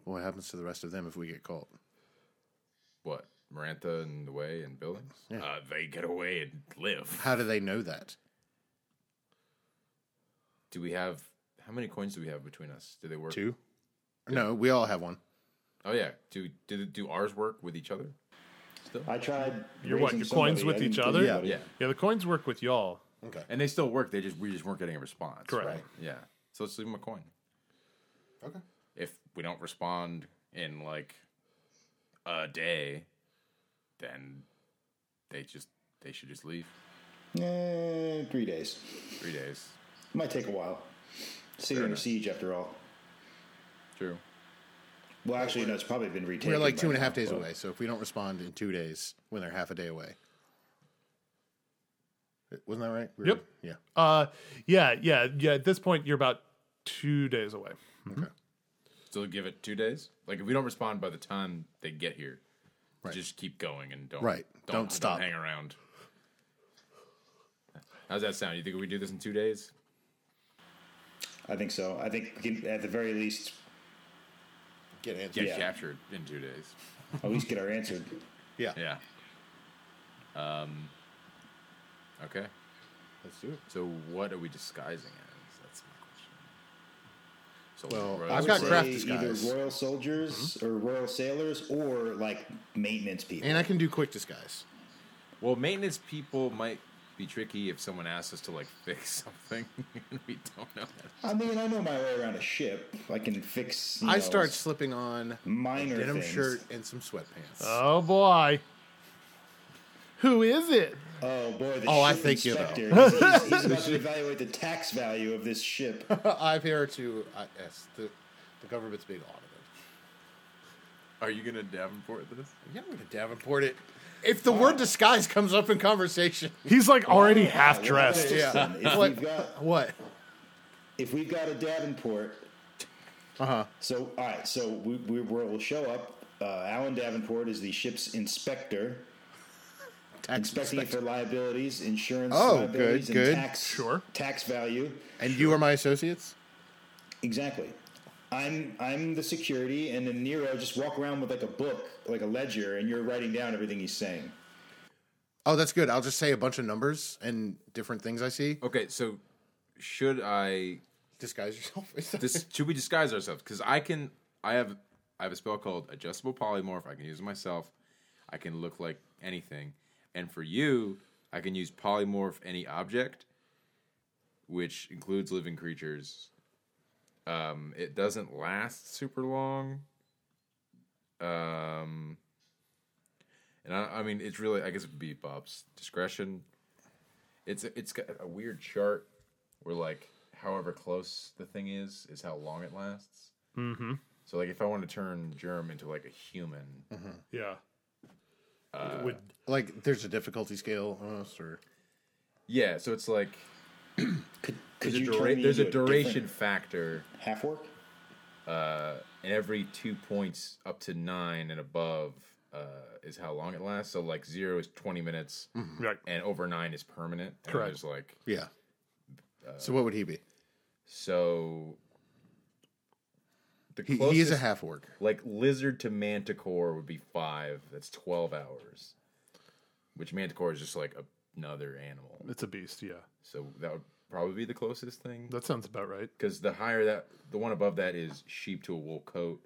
Speaker 4: What happens to the rest of them if we get caught?
Speaker 6: What Marantha and the way and Billings, uh, they get away and live.
Speaker 4: How do they know that?
Speaker 6: Do we have how many coins do we have between us? Do they work?
Speaker 4: Two? No, we all have one.
Speaker 6: Oh yeah. Do do do ours work with each other?
Speaker 5: I tried.
Speaker 3: You're what,
Speaker 5: raising
Speaker 3: your coins
Speaker 5: somebody,
Speaker 3: with
Speaker 5: I didn't
Speaker 3: each
Speaker 5: get
Speaker 3: other?
Speaker 5: anybody.
Speaker 6: Yeah,
Speaker 3: Yeah, the coins work with y'all.
Speaker 4: Okay.
Speaker 6: and they still work. They just we just weren't getting a response.
Speaker 3: Correct.
Speaker 6: Right? Yeah. So let's leave them a coin.
Speaker 4: Okay.
Speaker 6: if we don't respond in like a day, then they just they should just leave.
Speaker 5: Eh, three days.
Speaker 6: Three days.
Speaker 5: Might take a while. City under
Speaker 6: enough.
Speaker 5: siege, after all.
Speaker 6: True.
Speaker 5: Well, actually, no. It's probably been retaken.
Speaker 4: We're like
Speaker 5: by
Speaker 4: two and a
Speaker 5: now,
Speaker 4: half days
Speaker 5: but-
Speaker 4: away. So if we don't respond in two days, when they're half a day away, wasn't that right? We were-
Speaker 3: Yep.
Speaker 4: Yeah.
Speaker 3: Uh, yeah, yeah, yeah. At this point, you're about two days away.
Speaker 6: So give it two days. Like if we don't respond by the time they get here, just keep going and don't
Speaker 4: Right. Don't stop.
Speaker 6: hang around. How's that sound? You think we do this in two days?
Speaker 5: I think so. I think we can, at the very least,
Speaker 4: Get answers.
Speaker 6: Get
Speaker 5: Yeah.
Speaker 6: captured in two days.
Speaker 5: at least get our answer.
Speaker 4: Yeah.
Speaker 6: Yeah. Um. Okay.
Speaker 4: Let's do it.
Speaker 6: So what are we disguising as? That's my question.
Speaker 4: Well,
Speaker 6: Royals
Speaker 4: I've got
Speaker 6: Royals-
Speaker 4: craft
Speaker 5: Say
Speaker 4: disguise.
Speaker 5: Either royal soldiers
Speaker 3: Mm-hmm.
Speaker 5: or royal sailors or like maintenance people.
Speaker 4: And I can do quick disguise.
Speaker 6: Well, maintenance people might be tricky if someone asks us to like fix something and we don't know. That.
Speaker 5: I mean, I know my way around a ship. I can fix. you
Speaker 4: I
Speaker 5: know,
Speaker 4: start slipping on
Speaker 5: minor
Speaker 4: denim
Speaker 5: things.
Speaker 4: shirt and some sweatpants.
Speaker 3: Oh boy, who is it?
Speaker 5: Oh boy! The
Speaker 4: Oh, I
Speaker 5: ship
Speaker 4: think you know.
Speaker 5: inspector. He's, he's, he's about to evaluate the tax value of this ship.
Speaker 4: I'm here to uh, yes, the, the government's being audited.
Speaker 6: Are you gonna Davenport this?
Speaker 4: Yeah, I'm gonna Davenport it. If the word disguise comes up in conversation,
Speaker 3: He's like already half dressed.
Speaker 5: Listen,
Speaker 4: Yeah.
Speaker 5: If
Speaker 4: What?
Speaker 5: we've got
Speaker 4: what?
Speaker 5: if we've got a Davenport,
Speaker 4: Uh huh.
Speaker 5: so all right, so we, we will show up. Uh, Alan Davenport is the ship's inspector,
Speaker 4: Tax
Speaker 5: inspecting it for liabilities, insurance
Speaker 4: Oh,
Speaker 5: liabilities,
Speaker 4: good,
Speaker 5: and
Speaker 4: good.
Speaker 5: tax
Speaker 3: Sure.
Speaker 5: tax value.
Speaker 4: And you are my associates.
Speaker 5: Exactly. I'm I'm the security, and then Nero just walk around with like a book, like a ledger, and you're writing down everything he's saying.
Speaker 4: Oh, that's good. I'll just say a bunch of numbers and different things I see.
Speaker 6: Okay, so should I?
Speaker 4: Disguise yourself.
Speaker 6: This should we disguise ourselves? Because I can. I have. I have a spell called Adjustable Polymorph. I can use it myself. I can look like anything. And for you, I can use Polymorph any object, which includes living creatures. Um, it doesn't last super long. Um, And I, I mean, it's really, I guess, it would be Bob's discretion. It's it's got a weird chart where like however close the thing is is how long it lasts. Mm-hmm. So like if I want to turn germ into like a human,
Speaker 3: Yeah. It would
Speaker 4: Like, there's a difficulty scale almost, or
Speaker 6: yeah. So it's like
Speaker 5: Could, could
Speaker 6: there's a,
Speaker 5: you
Speaker 6: dura-
Speaker 5: turn me
Speaker 6: there's a
Speaker 5: into a
Speaker 6: duration
Speaker 5: different
Speaker 6: factor,
Speaker 5: half work?
Speaker 6: and every two points up to nine and above uh, is how long it lasts. So like zero is twenty minutes,
Speaker 5: Mm-hmm.
Speaker 3: right.
Speaker 6: and over nine is permanent. And
Speaker 3: Correct.
Speaker 6: There's like
Speaker 4: yeah. so what would he be?
Speaker 6: So the
Speaker 4: He,
Speaker 6: closest,
Speaker 4: he is a half orc.
Speaker 6: like lizard to manticore would be five. That's twelve hours, which manticore is just like another animal.
Speaker 3: It's a beast. Yeah.
Speaker 6: So that would probably be the closest thing.
Speaker 3: That sounds about right.
Speaker 6: Because the higher that, the one above that is sheep to a wool coat,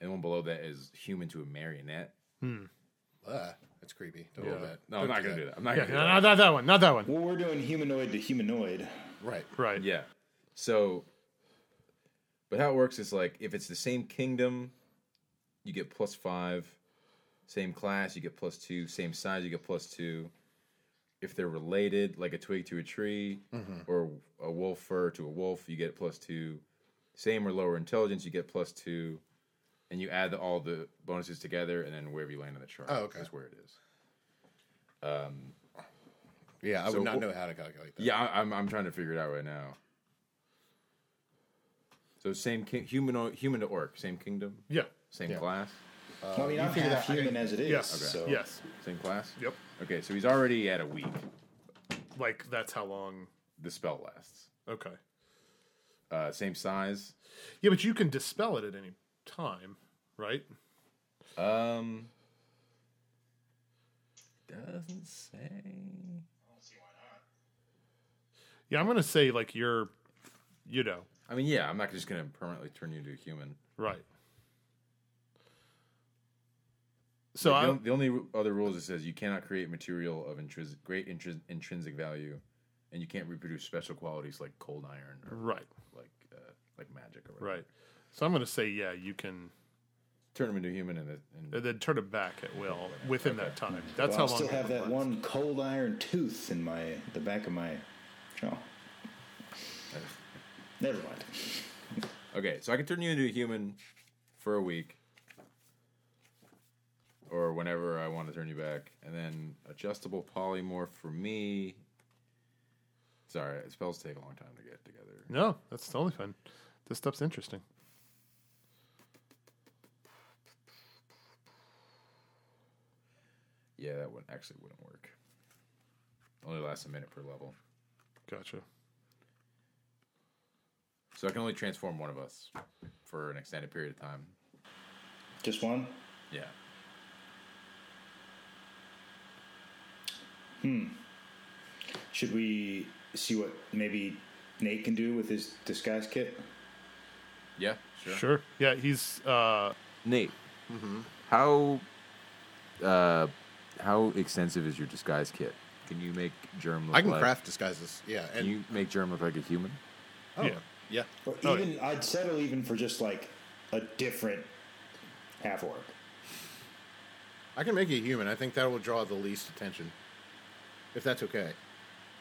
Speaker 6: and the one below that is human to a marionette.
Speaker 4: Ugh, that's creepy. Don't do that.
Speaker 6: No, I'm not gonna do that. I'm not gonna do
Speaker 3: No,
Speaker 6: that.
Speaker 3: no, not that one. Not that one.
Speaker 5: Well, we're doing humanoid to humanoid.
Speaker 4: Right.
Speaker 3: Right.
Speaker 6: Yeah. So, but how it works is like if it's the same kingdom, you get plus five. Same class, you get plus two. Same size, you get plus two. If they're related, like a twig to a tree
Speaker 4: Mm-hmm.
Speaker 6: or a wolf fur to a wolf, you get plus two. Same or lower intelligence, you get plus two. And you add the, all the bonuses together, and then wherever you land on the chart
Speaker 4: Oh, okay.
Speaker 6: is where it is.
Speaker 4: Yeah, I
Speaker 6: So
Speaker 4: would not
Speaker 6: wh-
Speaker 4: know how to calculate that.
Speaker 6: Yeah, I, I'm I'm trying to figure it out right now. So same ki- human human to orc, same kingdom,
Speaker 3: Yeah.
Speaker 6: same
Speaker 4: Yeah.
Speaker 6: class,
Speaker 3: Uh,
Speaker 5: well, I mean, I'm half human as it is.
Speaker 3: Yes.
Speaker 5: So
Speaker 3: Yes.
Speaker 6: same class.
Speaker 3: Yep.
Speaker 6: Okay, so he's already at a week.
Speaker 3: Like that's how long.
Speaker 6: The spell lasts.
Speaker 3: Okay.
Speaker 6: Uh, same size.
Speaker 3: Yeah, but you can dispel it at any time, right?
Speaker 6: Um, doesn't say.
Speaker 3: Yeah, I'm gonna say like you're, you know,
Speaker 6: I mean, yeah, I'm not just gonna permanently turn you into a human.
Speaker 3: right. So
Speaker 6: the,
Speaker 3: I,
Speaker 6: on- the only ru- other rules it says you cannot create material of intris- great intris- intrinsic value, and you can't reproduce special qualities like cold iron or
Speaker 3: right,
Speaker 6: like uh, like magic or whatever.
Speaker 3: right. So I'm gonna say yeah, you can
Speaker 6: Turn him into human and, and
Speaker 3: and then turn it back at will within that time. That's how
Speaker 5: Well, I
Speaker 3: long.
Speaker 5: still
Speaker 3: it
Speaker 5: have that
Speaker 3: lasts.
Speaker 5: one cold iron tooth in my the back of my jaw. Never mind.
Speaker 6: okay. So I can turn you into a human for a week, or whenever I want to turn you back, and then adjustable polymorph for me. Sorry, spells take a long time to get together.
Speaker 3: No, that's totally fine. This stuff's interesting.
Speaker 6: Yeah, that one actually wouldn't work. Only lasts a minute per level,
Speaker 3: Gotcha.
Speaker 6: so I can only transform one of us for an extended period of time.
Speaker 5: Just one.
Speaker 6: Yeah.
Speaker 5: Should we see what maybe Nate can do with his disguise kit?
Speaker 6: Yeah. Sure.
Speaker 3: Sure. Yeah, he's uh
Speaker 6: Nate, Mm-hmm. how uh, how extensive is your disguise kit? Can you make Germ look
Speaker 4: I can
Speaker 6: like,
Speaker 4: craft disguises. Yeah,
Speaker 6: Can
Speaker 4: and
Speaker 6: you make Germ look like a human?
Speaker 4: oh,
Speaker 3: Yeah.
Speaker 4: yeah.
Speaker 5: Or
Speaker 3: Oh,
Speaker 5: even I'd settle even for just like a different half orc.
Speaker 4: I can make you human. I think that will draw the least attention, if that's okay.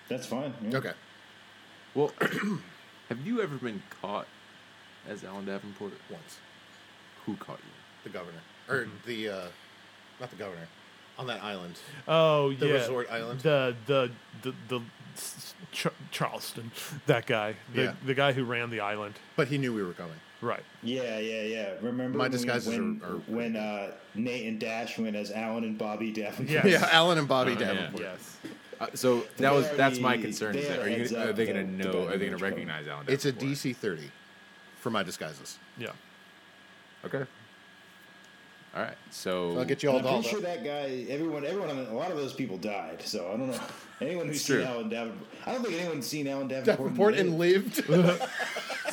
Speaker 5: That's fine. yeah.
Speaker 4: Okay.
Speaker 6: Well, have you ever been caught as Alan Davenport?
Speaker 4: Once
Speaker 6: Who caught you?
Speaker 4: the governor or
Speaker 6: Mm-hmm.
Speaker 4: the uh, not the governor on that island.
Speaker 3: oh
Speaker 4: The
Speaker 3: yeah,
Speaker 4: resort island?
Speaker 3: the the the, the s- Ch- Charleston, that guy, the
Speaker 4: Yeah.
Speaker 3: the guy who ran the island,
Speaker 4: But he knew we were coming.
Speaker 3: right?
Speaker 5: Yeah, yeah, yeah. Remember
Speaker 4: My
Speaker 5: when we-
Speaker 4: disguises
Speaker 5: when,
Speaker 4: are- are-
Speaker 5: when uh, Nate and Dash went as Alan and Bobby Davenport.
Speaker 3: Yeah.
Speaker 4: Yeah, Alan and Bobby
Speaker 6: yeah. Oh,
Speaker 4: Davenport.
Speaker 3: Yes.
Speaker 6: Uh, so that was
Speaker 5: already-
Speaker 6: that's my concern. Is
Speaker 5: they
Speaker 6: that,
Speaker 5: had
Speaker 6: are,
Speaker 5: a
Speaker 6: you
Speaker 5: heads
Speaker 6: gonna, are
Speaker 5: up
Speaker 6: they going
Speaker 5: that-
Speaker 6: to know?
Speaker 5: that
Speaker 6: Are they going
Speaker 5: image
Speaker 6: to
Speaker 5: coming.
Speaker 6: recognize Alan?
Speaker 4: It's a
Speaker 6: Davenport?
Speaker 4: DC thirty for my disguises.
Speaker 3: Yeah.
Speaker 6: Okay. All right. So
Speaker 4: I'll get you
Speaker 5: And
Speaker 4: all
Speaker 5: I'm pretty
Speaker 4: dolled
Speaker 5: sure
Speaker 4: up.
Speaker 5: that guy, everyone, everyone, on the- a lot of those people died. So I don't know anyone who's
Speaker 6: It's
Speaker 5: seen
Speaker 6: true.
Speaker 5: Alan Davenport. I don't think anyone's seen Alan Davenport.
Speaker 4: Davenport
Speaker 5: live.
Speaker 4: and lived.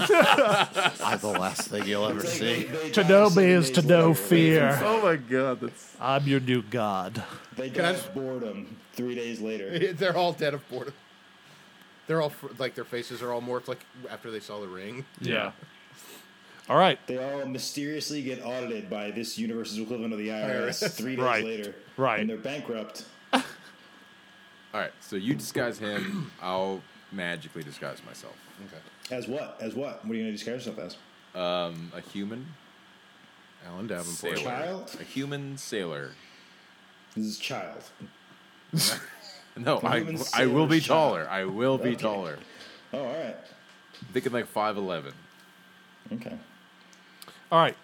Speaker 4: I'm the last thing you'll ever
Speaker 5: It's like they- they
Speaker 3: To
Speaker 5: die
Speaker 3: know
Speaker 5: seven
Speaker 3: me is
Speaker 5: days
Speaker 3: to know
Speaker 5: later.
Speaker 3: fear.
Speaker 6: Oh my God, that's
Speaker 3: I'm your new god.
Speaker 5: They
Speaker 4: Can I
Speaker 5: die
Speaker 4: just-
Speaker 5: of boredom three days later.
Speaker 4: They're all dead of boredom. They're all fr- like their faces are all morphed like after they saw the ring.
Speaker 3: Yeah. All right.
Speaker 5: They all mysteriously get audited by this universe's equivalent of the IRS three days
Speaker 3: Right.
Speaker 5: later.
Speaker 3: Right.
Speaker 5: And they're bankrupt.
Speaker 6: All right, so you disguise him. I'll magically disguise myself.
Speaker 4: Okay.
Speaker 5: As what? As what? What are you going to disguise yourself as?
Speaker 6: Um, a human
Speaker 4: Alan Davenport.
Speaker 6: sailor.
Speaker 5: Child?
Speaker 6: A human sailor.
Speaker 5: This is child.
Speaker 6: No, I,
Speaker 5: human
Speaker 6: I
Speaker 5: sailor
Speaker 6: will be
Speaker 5: child.
Speaker 6: taller. I will be
Speaker 5: Okay.
Speaker 6: taller.
Speaker 5: Oh, all right.
Speaker 6: I'm thinking like 5'11.
Speaker 5: Okay.
Speaker 3: All right.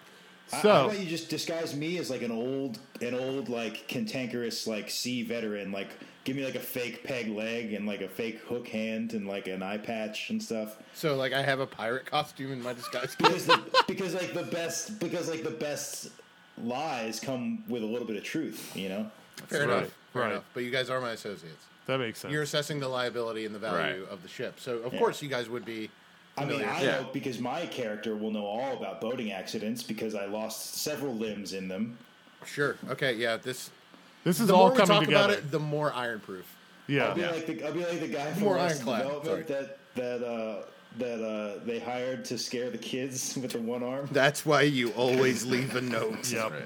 Speaker 5: I-
Speaker 3: So.
Speaker 5: I, thought you just disguise me as like an old, an old like cantankerous like sea veteran. Like, give me like a fake peg leg and like a fake hook hand and like an eye patch and stuff.
Speaker 4: So like I have a pirate costume in my disguise.
Speaker 5: Because the, because like the best because like the best lies come with a little bit of truth. You know.
Speaker 4: Fair
Speaker 3: Right,
Speaker 4: enough. Fair
Speaker 3: right.
Speaker 4: enough. But you guys are my associates.
Speaker 3: That makes sense.
Speaker 4: You're assessing the liability and the value
Speaker 6: Right.
Speaker 4: of the ship. So of course you guys would be
Speaker 5: I mean,
Speaker 4: familiar.
Speaker 5: I
Speaker 6: Yeah.
Speaker 5: know because my character will know all about boating accidents because I lost several limbs in them.
Speaker 4: sure. Okay, yeah, this
Speaker 3: this is
Speaker 4: the
Speaker 3: all
Speaker 4: more we
Speaker 3: coming
Speaker 4: talk
Speaker 3: together.
Speaker 4: about it, the more iron proof.
Speaker 3: yeah.
Speaker 5: I'll be like the I'll be like the guy from
Speaker 4: More
Speaker 5: Arrested
Speaker 4: ironclad,
Speaker 5: Development that that uh, that uh, they hired to scare the kids with the one arm.
Speaker 4: That's why you always leave a note.
Speaker 3: Yep.
Speaker 6: Right.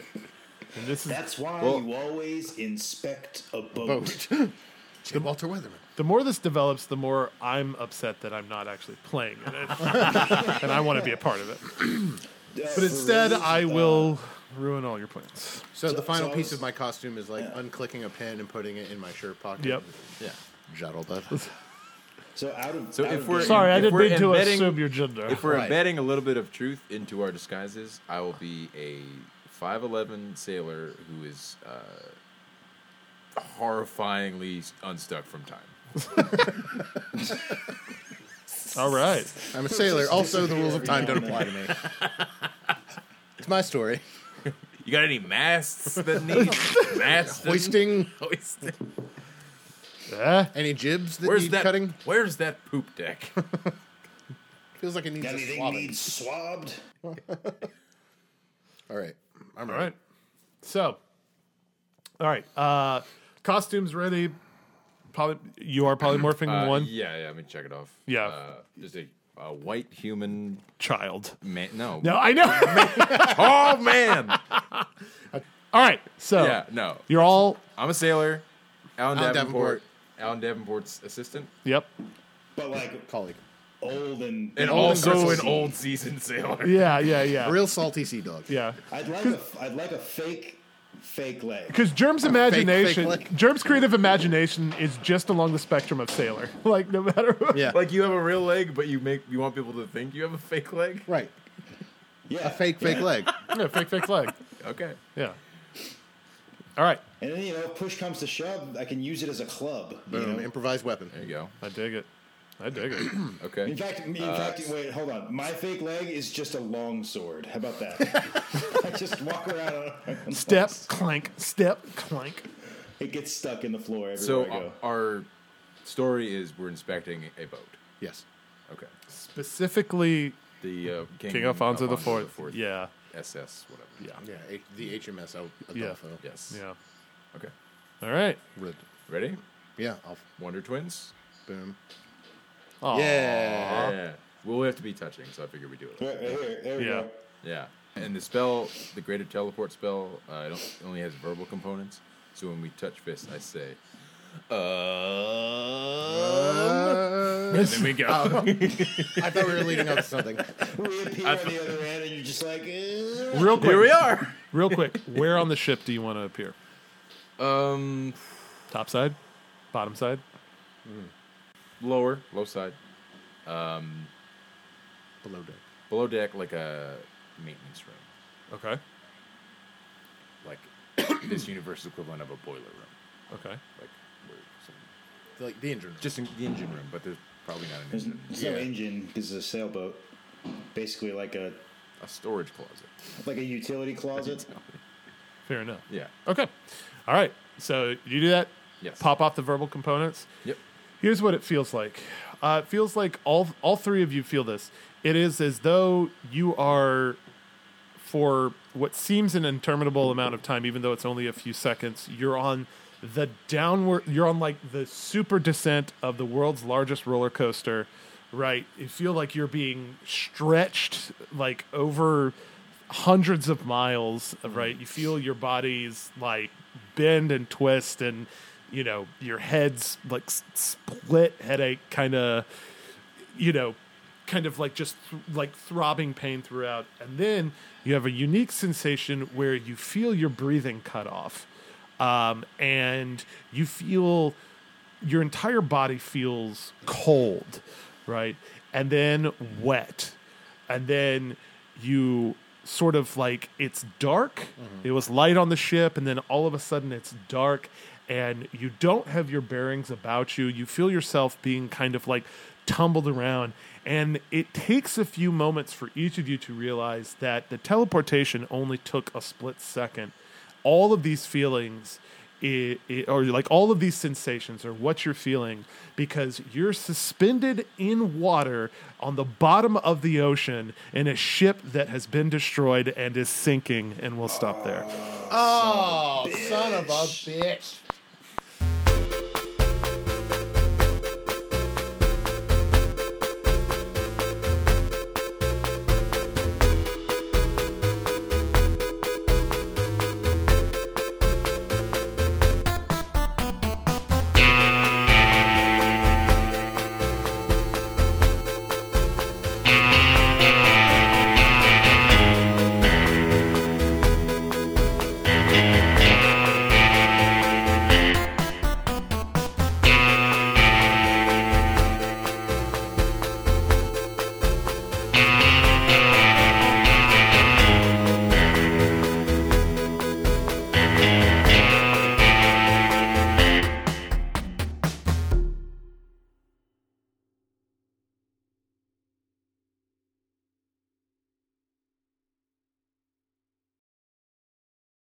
Speaker 3: And this is
Speaker 5: That's why
Speaker 6: Well-
Speaker 5: you always inspect a boat.
Speaker 4: Boat. Jim Walter Weatherman.
Speaker 3: the more this develops, the more I'm upset that I'm not actually playing in it, and I want to be a part of it.
Speaker 5: Uh,
Speaker 3: But
Speaker 5: for
Speaker 3: instead,
Speaker 5: reasons,
Speaker 3: I
Speaker 5: uh,
Speaker 3: will ruin all your plans.
Speaker 4: So, the final
Speaker 5: so I
Speaker 4: piece
Speaker 5: was-
Speaker 4: of my costume is like unclicking a pin and putting it in my shirt pocket.
Speaker 3: Yep.
Speaker 4: Yeah. Jottlebud.
Speaker 5: So out of
Speaker 6: So
Speaker 5: out
Speaker 6: if
Speaker 5: of
Speaker 6: we're-
Speaker 5: game-
Speaker 3: Sorry, I
Speaker 6: If
Speaker 3: didn't
Speaker 6: we're
Speaker 3: mean to
Speaker 6: embedding-
Speaker 3: assume your gender.
Speaker 6: If we're
Speaker 4: Right.
Speaker 6: embedding a little bit of truth into our disguises, I will be a 5'11 sailor who is uh, horrifyingly unstuck from time.
Speaker 3: all right.
Speaker 4: I'm a sailor. Also, the rules of time don't apply to me. It's my story.
Speaker 6: You got any masts that need masts?
Speaker 4: Hoisting
Speaker 6: Hoisting.
Speaker 3: Eh,
Speaker 4: any jibs that
Speaker 6: Where's
Speaker 4: need
Speaker 6: that?
Speaker 4: cutting.
Speaker 6: Where's that poop deck?
Speaker 4: Feels like it needs a
Speaker 5: anything
Speaker 4: swabbing.
Speaker 5: needs swabbed.
Speaker 4: All right. I'm
Speaker 3: all
Speaker 4: right.
Speaker 3: right. So, all right. Uh, costumes ready. Poly- you are polymorphing
Speaker 6: Uh,
Speaker 3: one
Speaker 6: Yeah, yeah. Let me check it off.
Speaker 3: Yeah.
Speaker 6: Uh, just a, a white human
Speaker 3: child.
Speaker 6: man. No.
Speaker 3: No, I know.
Speaker 6: Oh man.
Speaker 3: all right. So
Speaker 6: yeah. No.
Speaker 3: you're all.
Speaker 6: I'm a sailor. Alan,
Speaker 4: Alan
Speaker 6: Davenport.
Speaker 4: Davenport.
Speaker 6: Alan Davenport's assistant.
Speaker 3: Yep.
Speaker 5: But like
Speaker 4: Colleague.
Speaker 5: old and,
Speaker 6: And
Speaker 4: old
Speaker 6: also
Speaker 4: Garcelle
Speaker 6: an
Speaker 4: sea.
Speaker 6: old season sailor.
Speaker 3: Yeah. Yeah. Yeah.
Speaker 4: A real salty sea dog.
Speaker 3: Yeah.
Speaker 5: I'd like a f- I'd like a fake fake leg.
Speaker 3: Because Germ's imagination,
Speaker 4: like-
Speaker 3: Germ's creative imagination is just along the spectrum of sailor. Like no matter what.
Speaker 4: Yeah.
Speaker 6: Like you have a real leg, but you make you want people to think you have a fake leg.
Speaker 4: Right.
Speaker 5: Yeah,
Speaker 4: A fake, fake leg.
Speaker 3: yeah, fake fake leg.
Speaker 6: Okay.
Speaker 3: Yeah. All right,
Speaker 5: And then you know, push comes to shove, I can use it as a club. You
Speaker 4: Boom.
Speaker 5: know?
Speaker 4: Improvised weapon.
Speaker 6: There you go.
Speaker 3: I dig it. I dig it.
Speaker 6: Okay.
Speaker 5: In fact, in fact, wait, hold on. My fake leg is just a long sword. How about that? I just walk around. on a fucking long
Speaker 3: step
Speaker 5: s-
Speaker 3: clank, step clank.
Speaker 5: It gets stuck in the floor everywhere
Speaker 6: so uh,
Speaker 5: I go.
Speaker 6: our, our story is we're inspecting a boat.
Speaker 4: Yes.
Speaker 6: Okay.
Speaker 3: Specifically,
Speaker 6: The uh, King,
Speaker 3: King Alfonso the Fourth.
Speaker 6: Fourth.
Speaker 3: Yeah,
Speaker 6: SS. Whatever.
Speaker 3: yeah,
Speaker 4: Yeah. H- The HMS Ad- Adolfo.
Speaker 6: Yes.
Speaker 3: yeah.
Speaker 6: Okay.
Speaker 3: All right.
Speaker 4: Rid-
Speaker 6: Ready?
Speaker 4: Yeah. Alf.
Speaker 6: Wonder Twins.
Speaker 4: Boom.
Speaker 3: Aw.
Speaker 4: Yeah.
Speaker 6: Yeah. Well, we have to be touching, so I figure we do it.
Speaker 5: Right, right here, there we
Speaker 3: Yeah.
Speaker 5: go.
Speaker 6: Yeah. And the spell, the greater teleport spell, uh, it on- only has verbal components. So when we touch fists, I say,
Speaker 4: Uh,
Speaker 3: There we
Speaker 6: Oh.
Speaker 3: go.
Speaker 4: I thought we were leading up to something.
Speaker 5: Reappear on the other end, and you're just like, eh.
Speaker 3: real quick.
Speaker 6: "Here we are."
Speaker 3: Real quick. Where on the ship do you want to appear?
Speaker 6: Um,
Speaker 3: Top side, bottom side.
Speaker 6: lower, low side,
Speaker 4: Below deck.
Speaker 6: below deck, like a maintenance room,
Speaker 3: Okay.
Speaker 6: like this universe equivalent of a boiler room,
Speaker 3: Okay.
Speaker 6: like where some,
Speaker 4: Like the engine. room.
Speaker 6: just in the engine room, but there's probably not an
Speaker 5: There's,
Speaker 6: engine,
Speaker 5: there's no engine because it's a sailboat. Basically, like a
Speaker 6: a storage closet.
Speaker 5: like a utility closet.
Speaker 3: Fair enough.
Speaker 6: Yeah.
Speaker 3: Okay. All right. So you do that.
Speaker 6: Yes.
Speaker 3: Pop off the verbal components.
Speaker 6: Yep.
Speaker 3: Here's what it feels like. Uh, it feels like all all three of you feel this. It is as though you are, for what seems an interminable amount of time, even though it's only a few seconds, you're on the downward. You're on like the super descent of the world's largest roller coaster, right? You feel like you're being stretched like over hundreds of miles, right? You feel your body's like bend and twist and you know, your head's like s- split headache kind of you know, kind of like just th- like throbbing pain throughout. And then you have a unique sensation where you feel your breathing cut off. Um, and you feel your entire body feels cold, right? And then wet. And then you sort of like it's dark. It was light on the ship and then all of a sudden it's dark and you don't have your bearings about you. You feel yourself being kind of like tumbled around and it takes a few moments for each of you to realize that the teleportation only took a split second all of these feelings i i or like all of these sensations or what you're feeling because you're suspended in water on the bottom of the ocean in a ship that has been destroyed and is sinking and we'll stop there
Speaker 4: Oh, son of a bitch.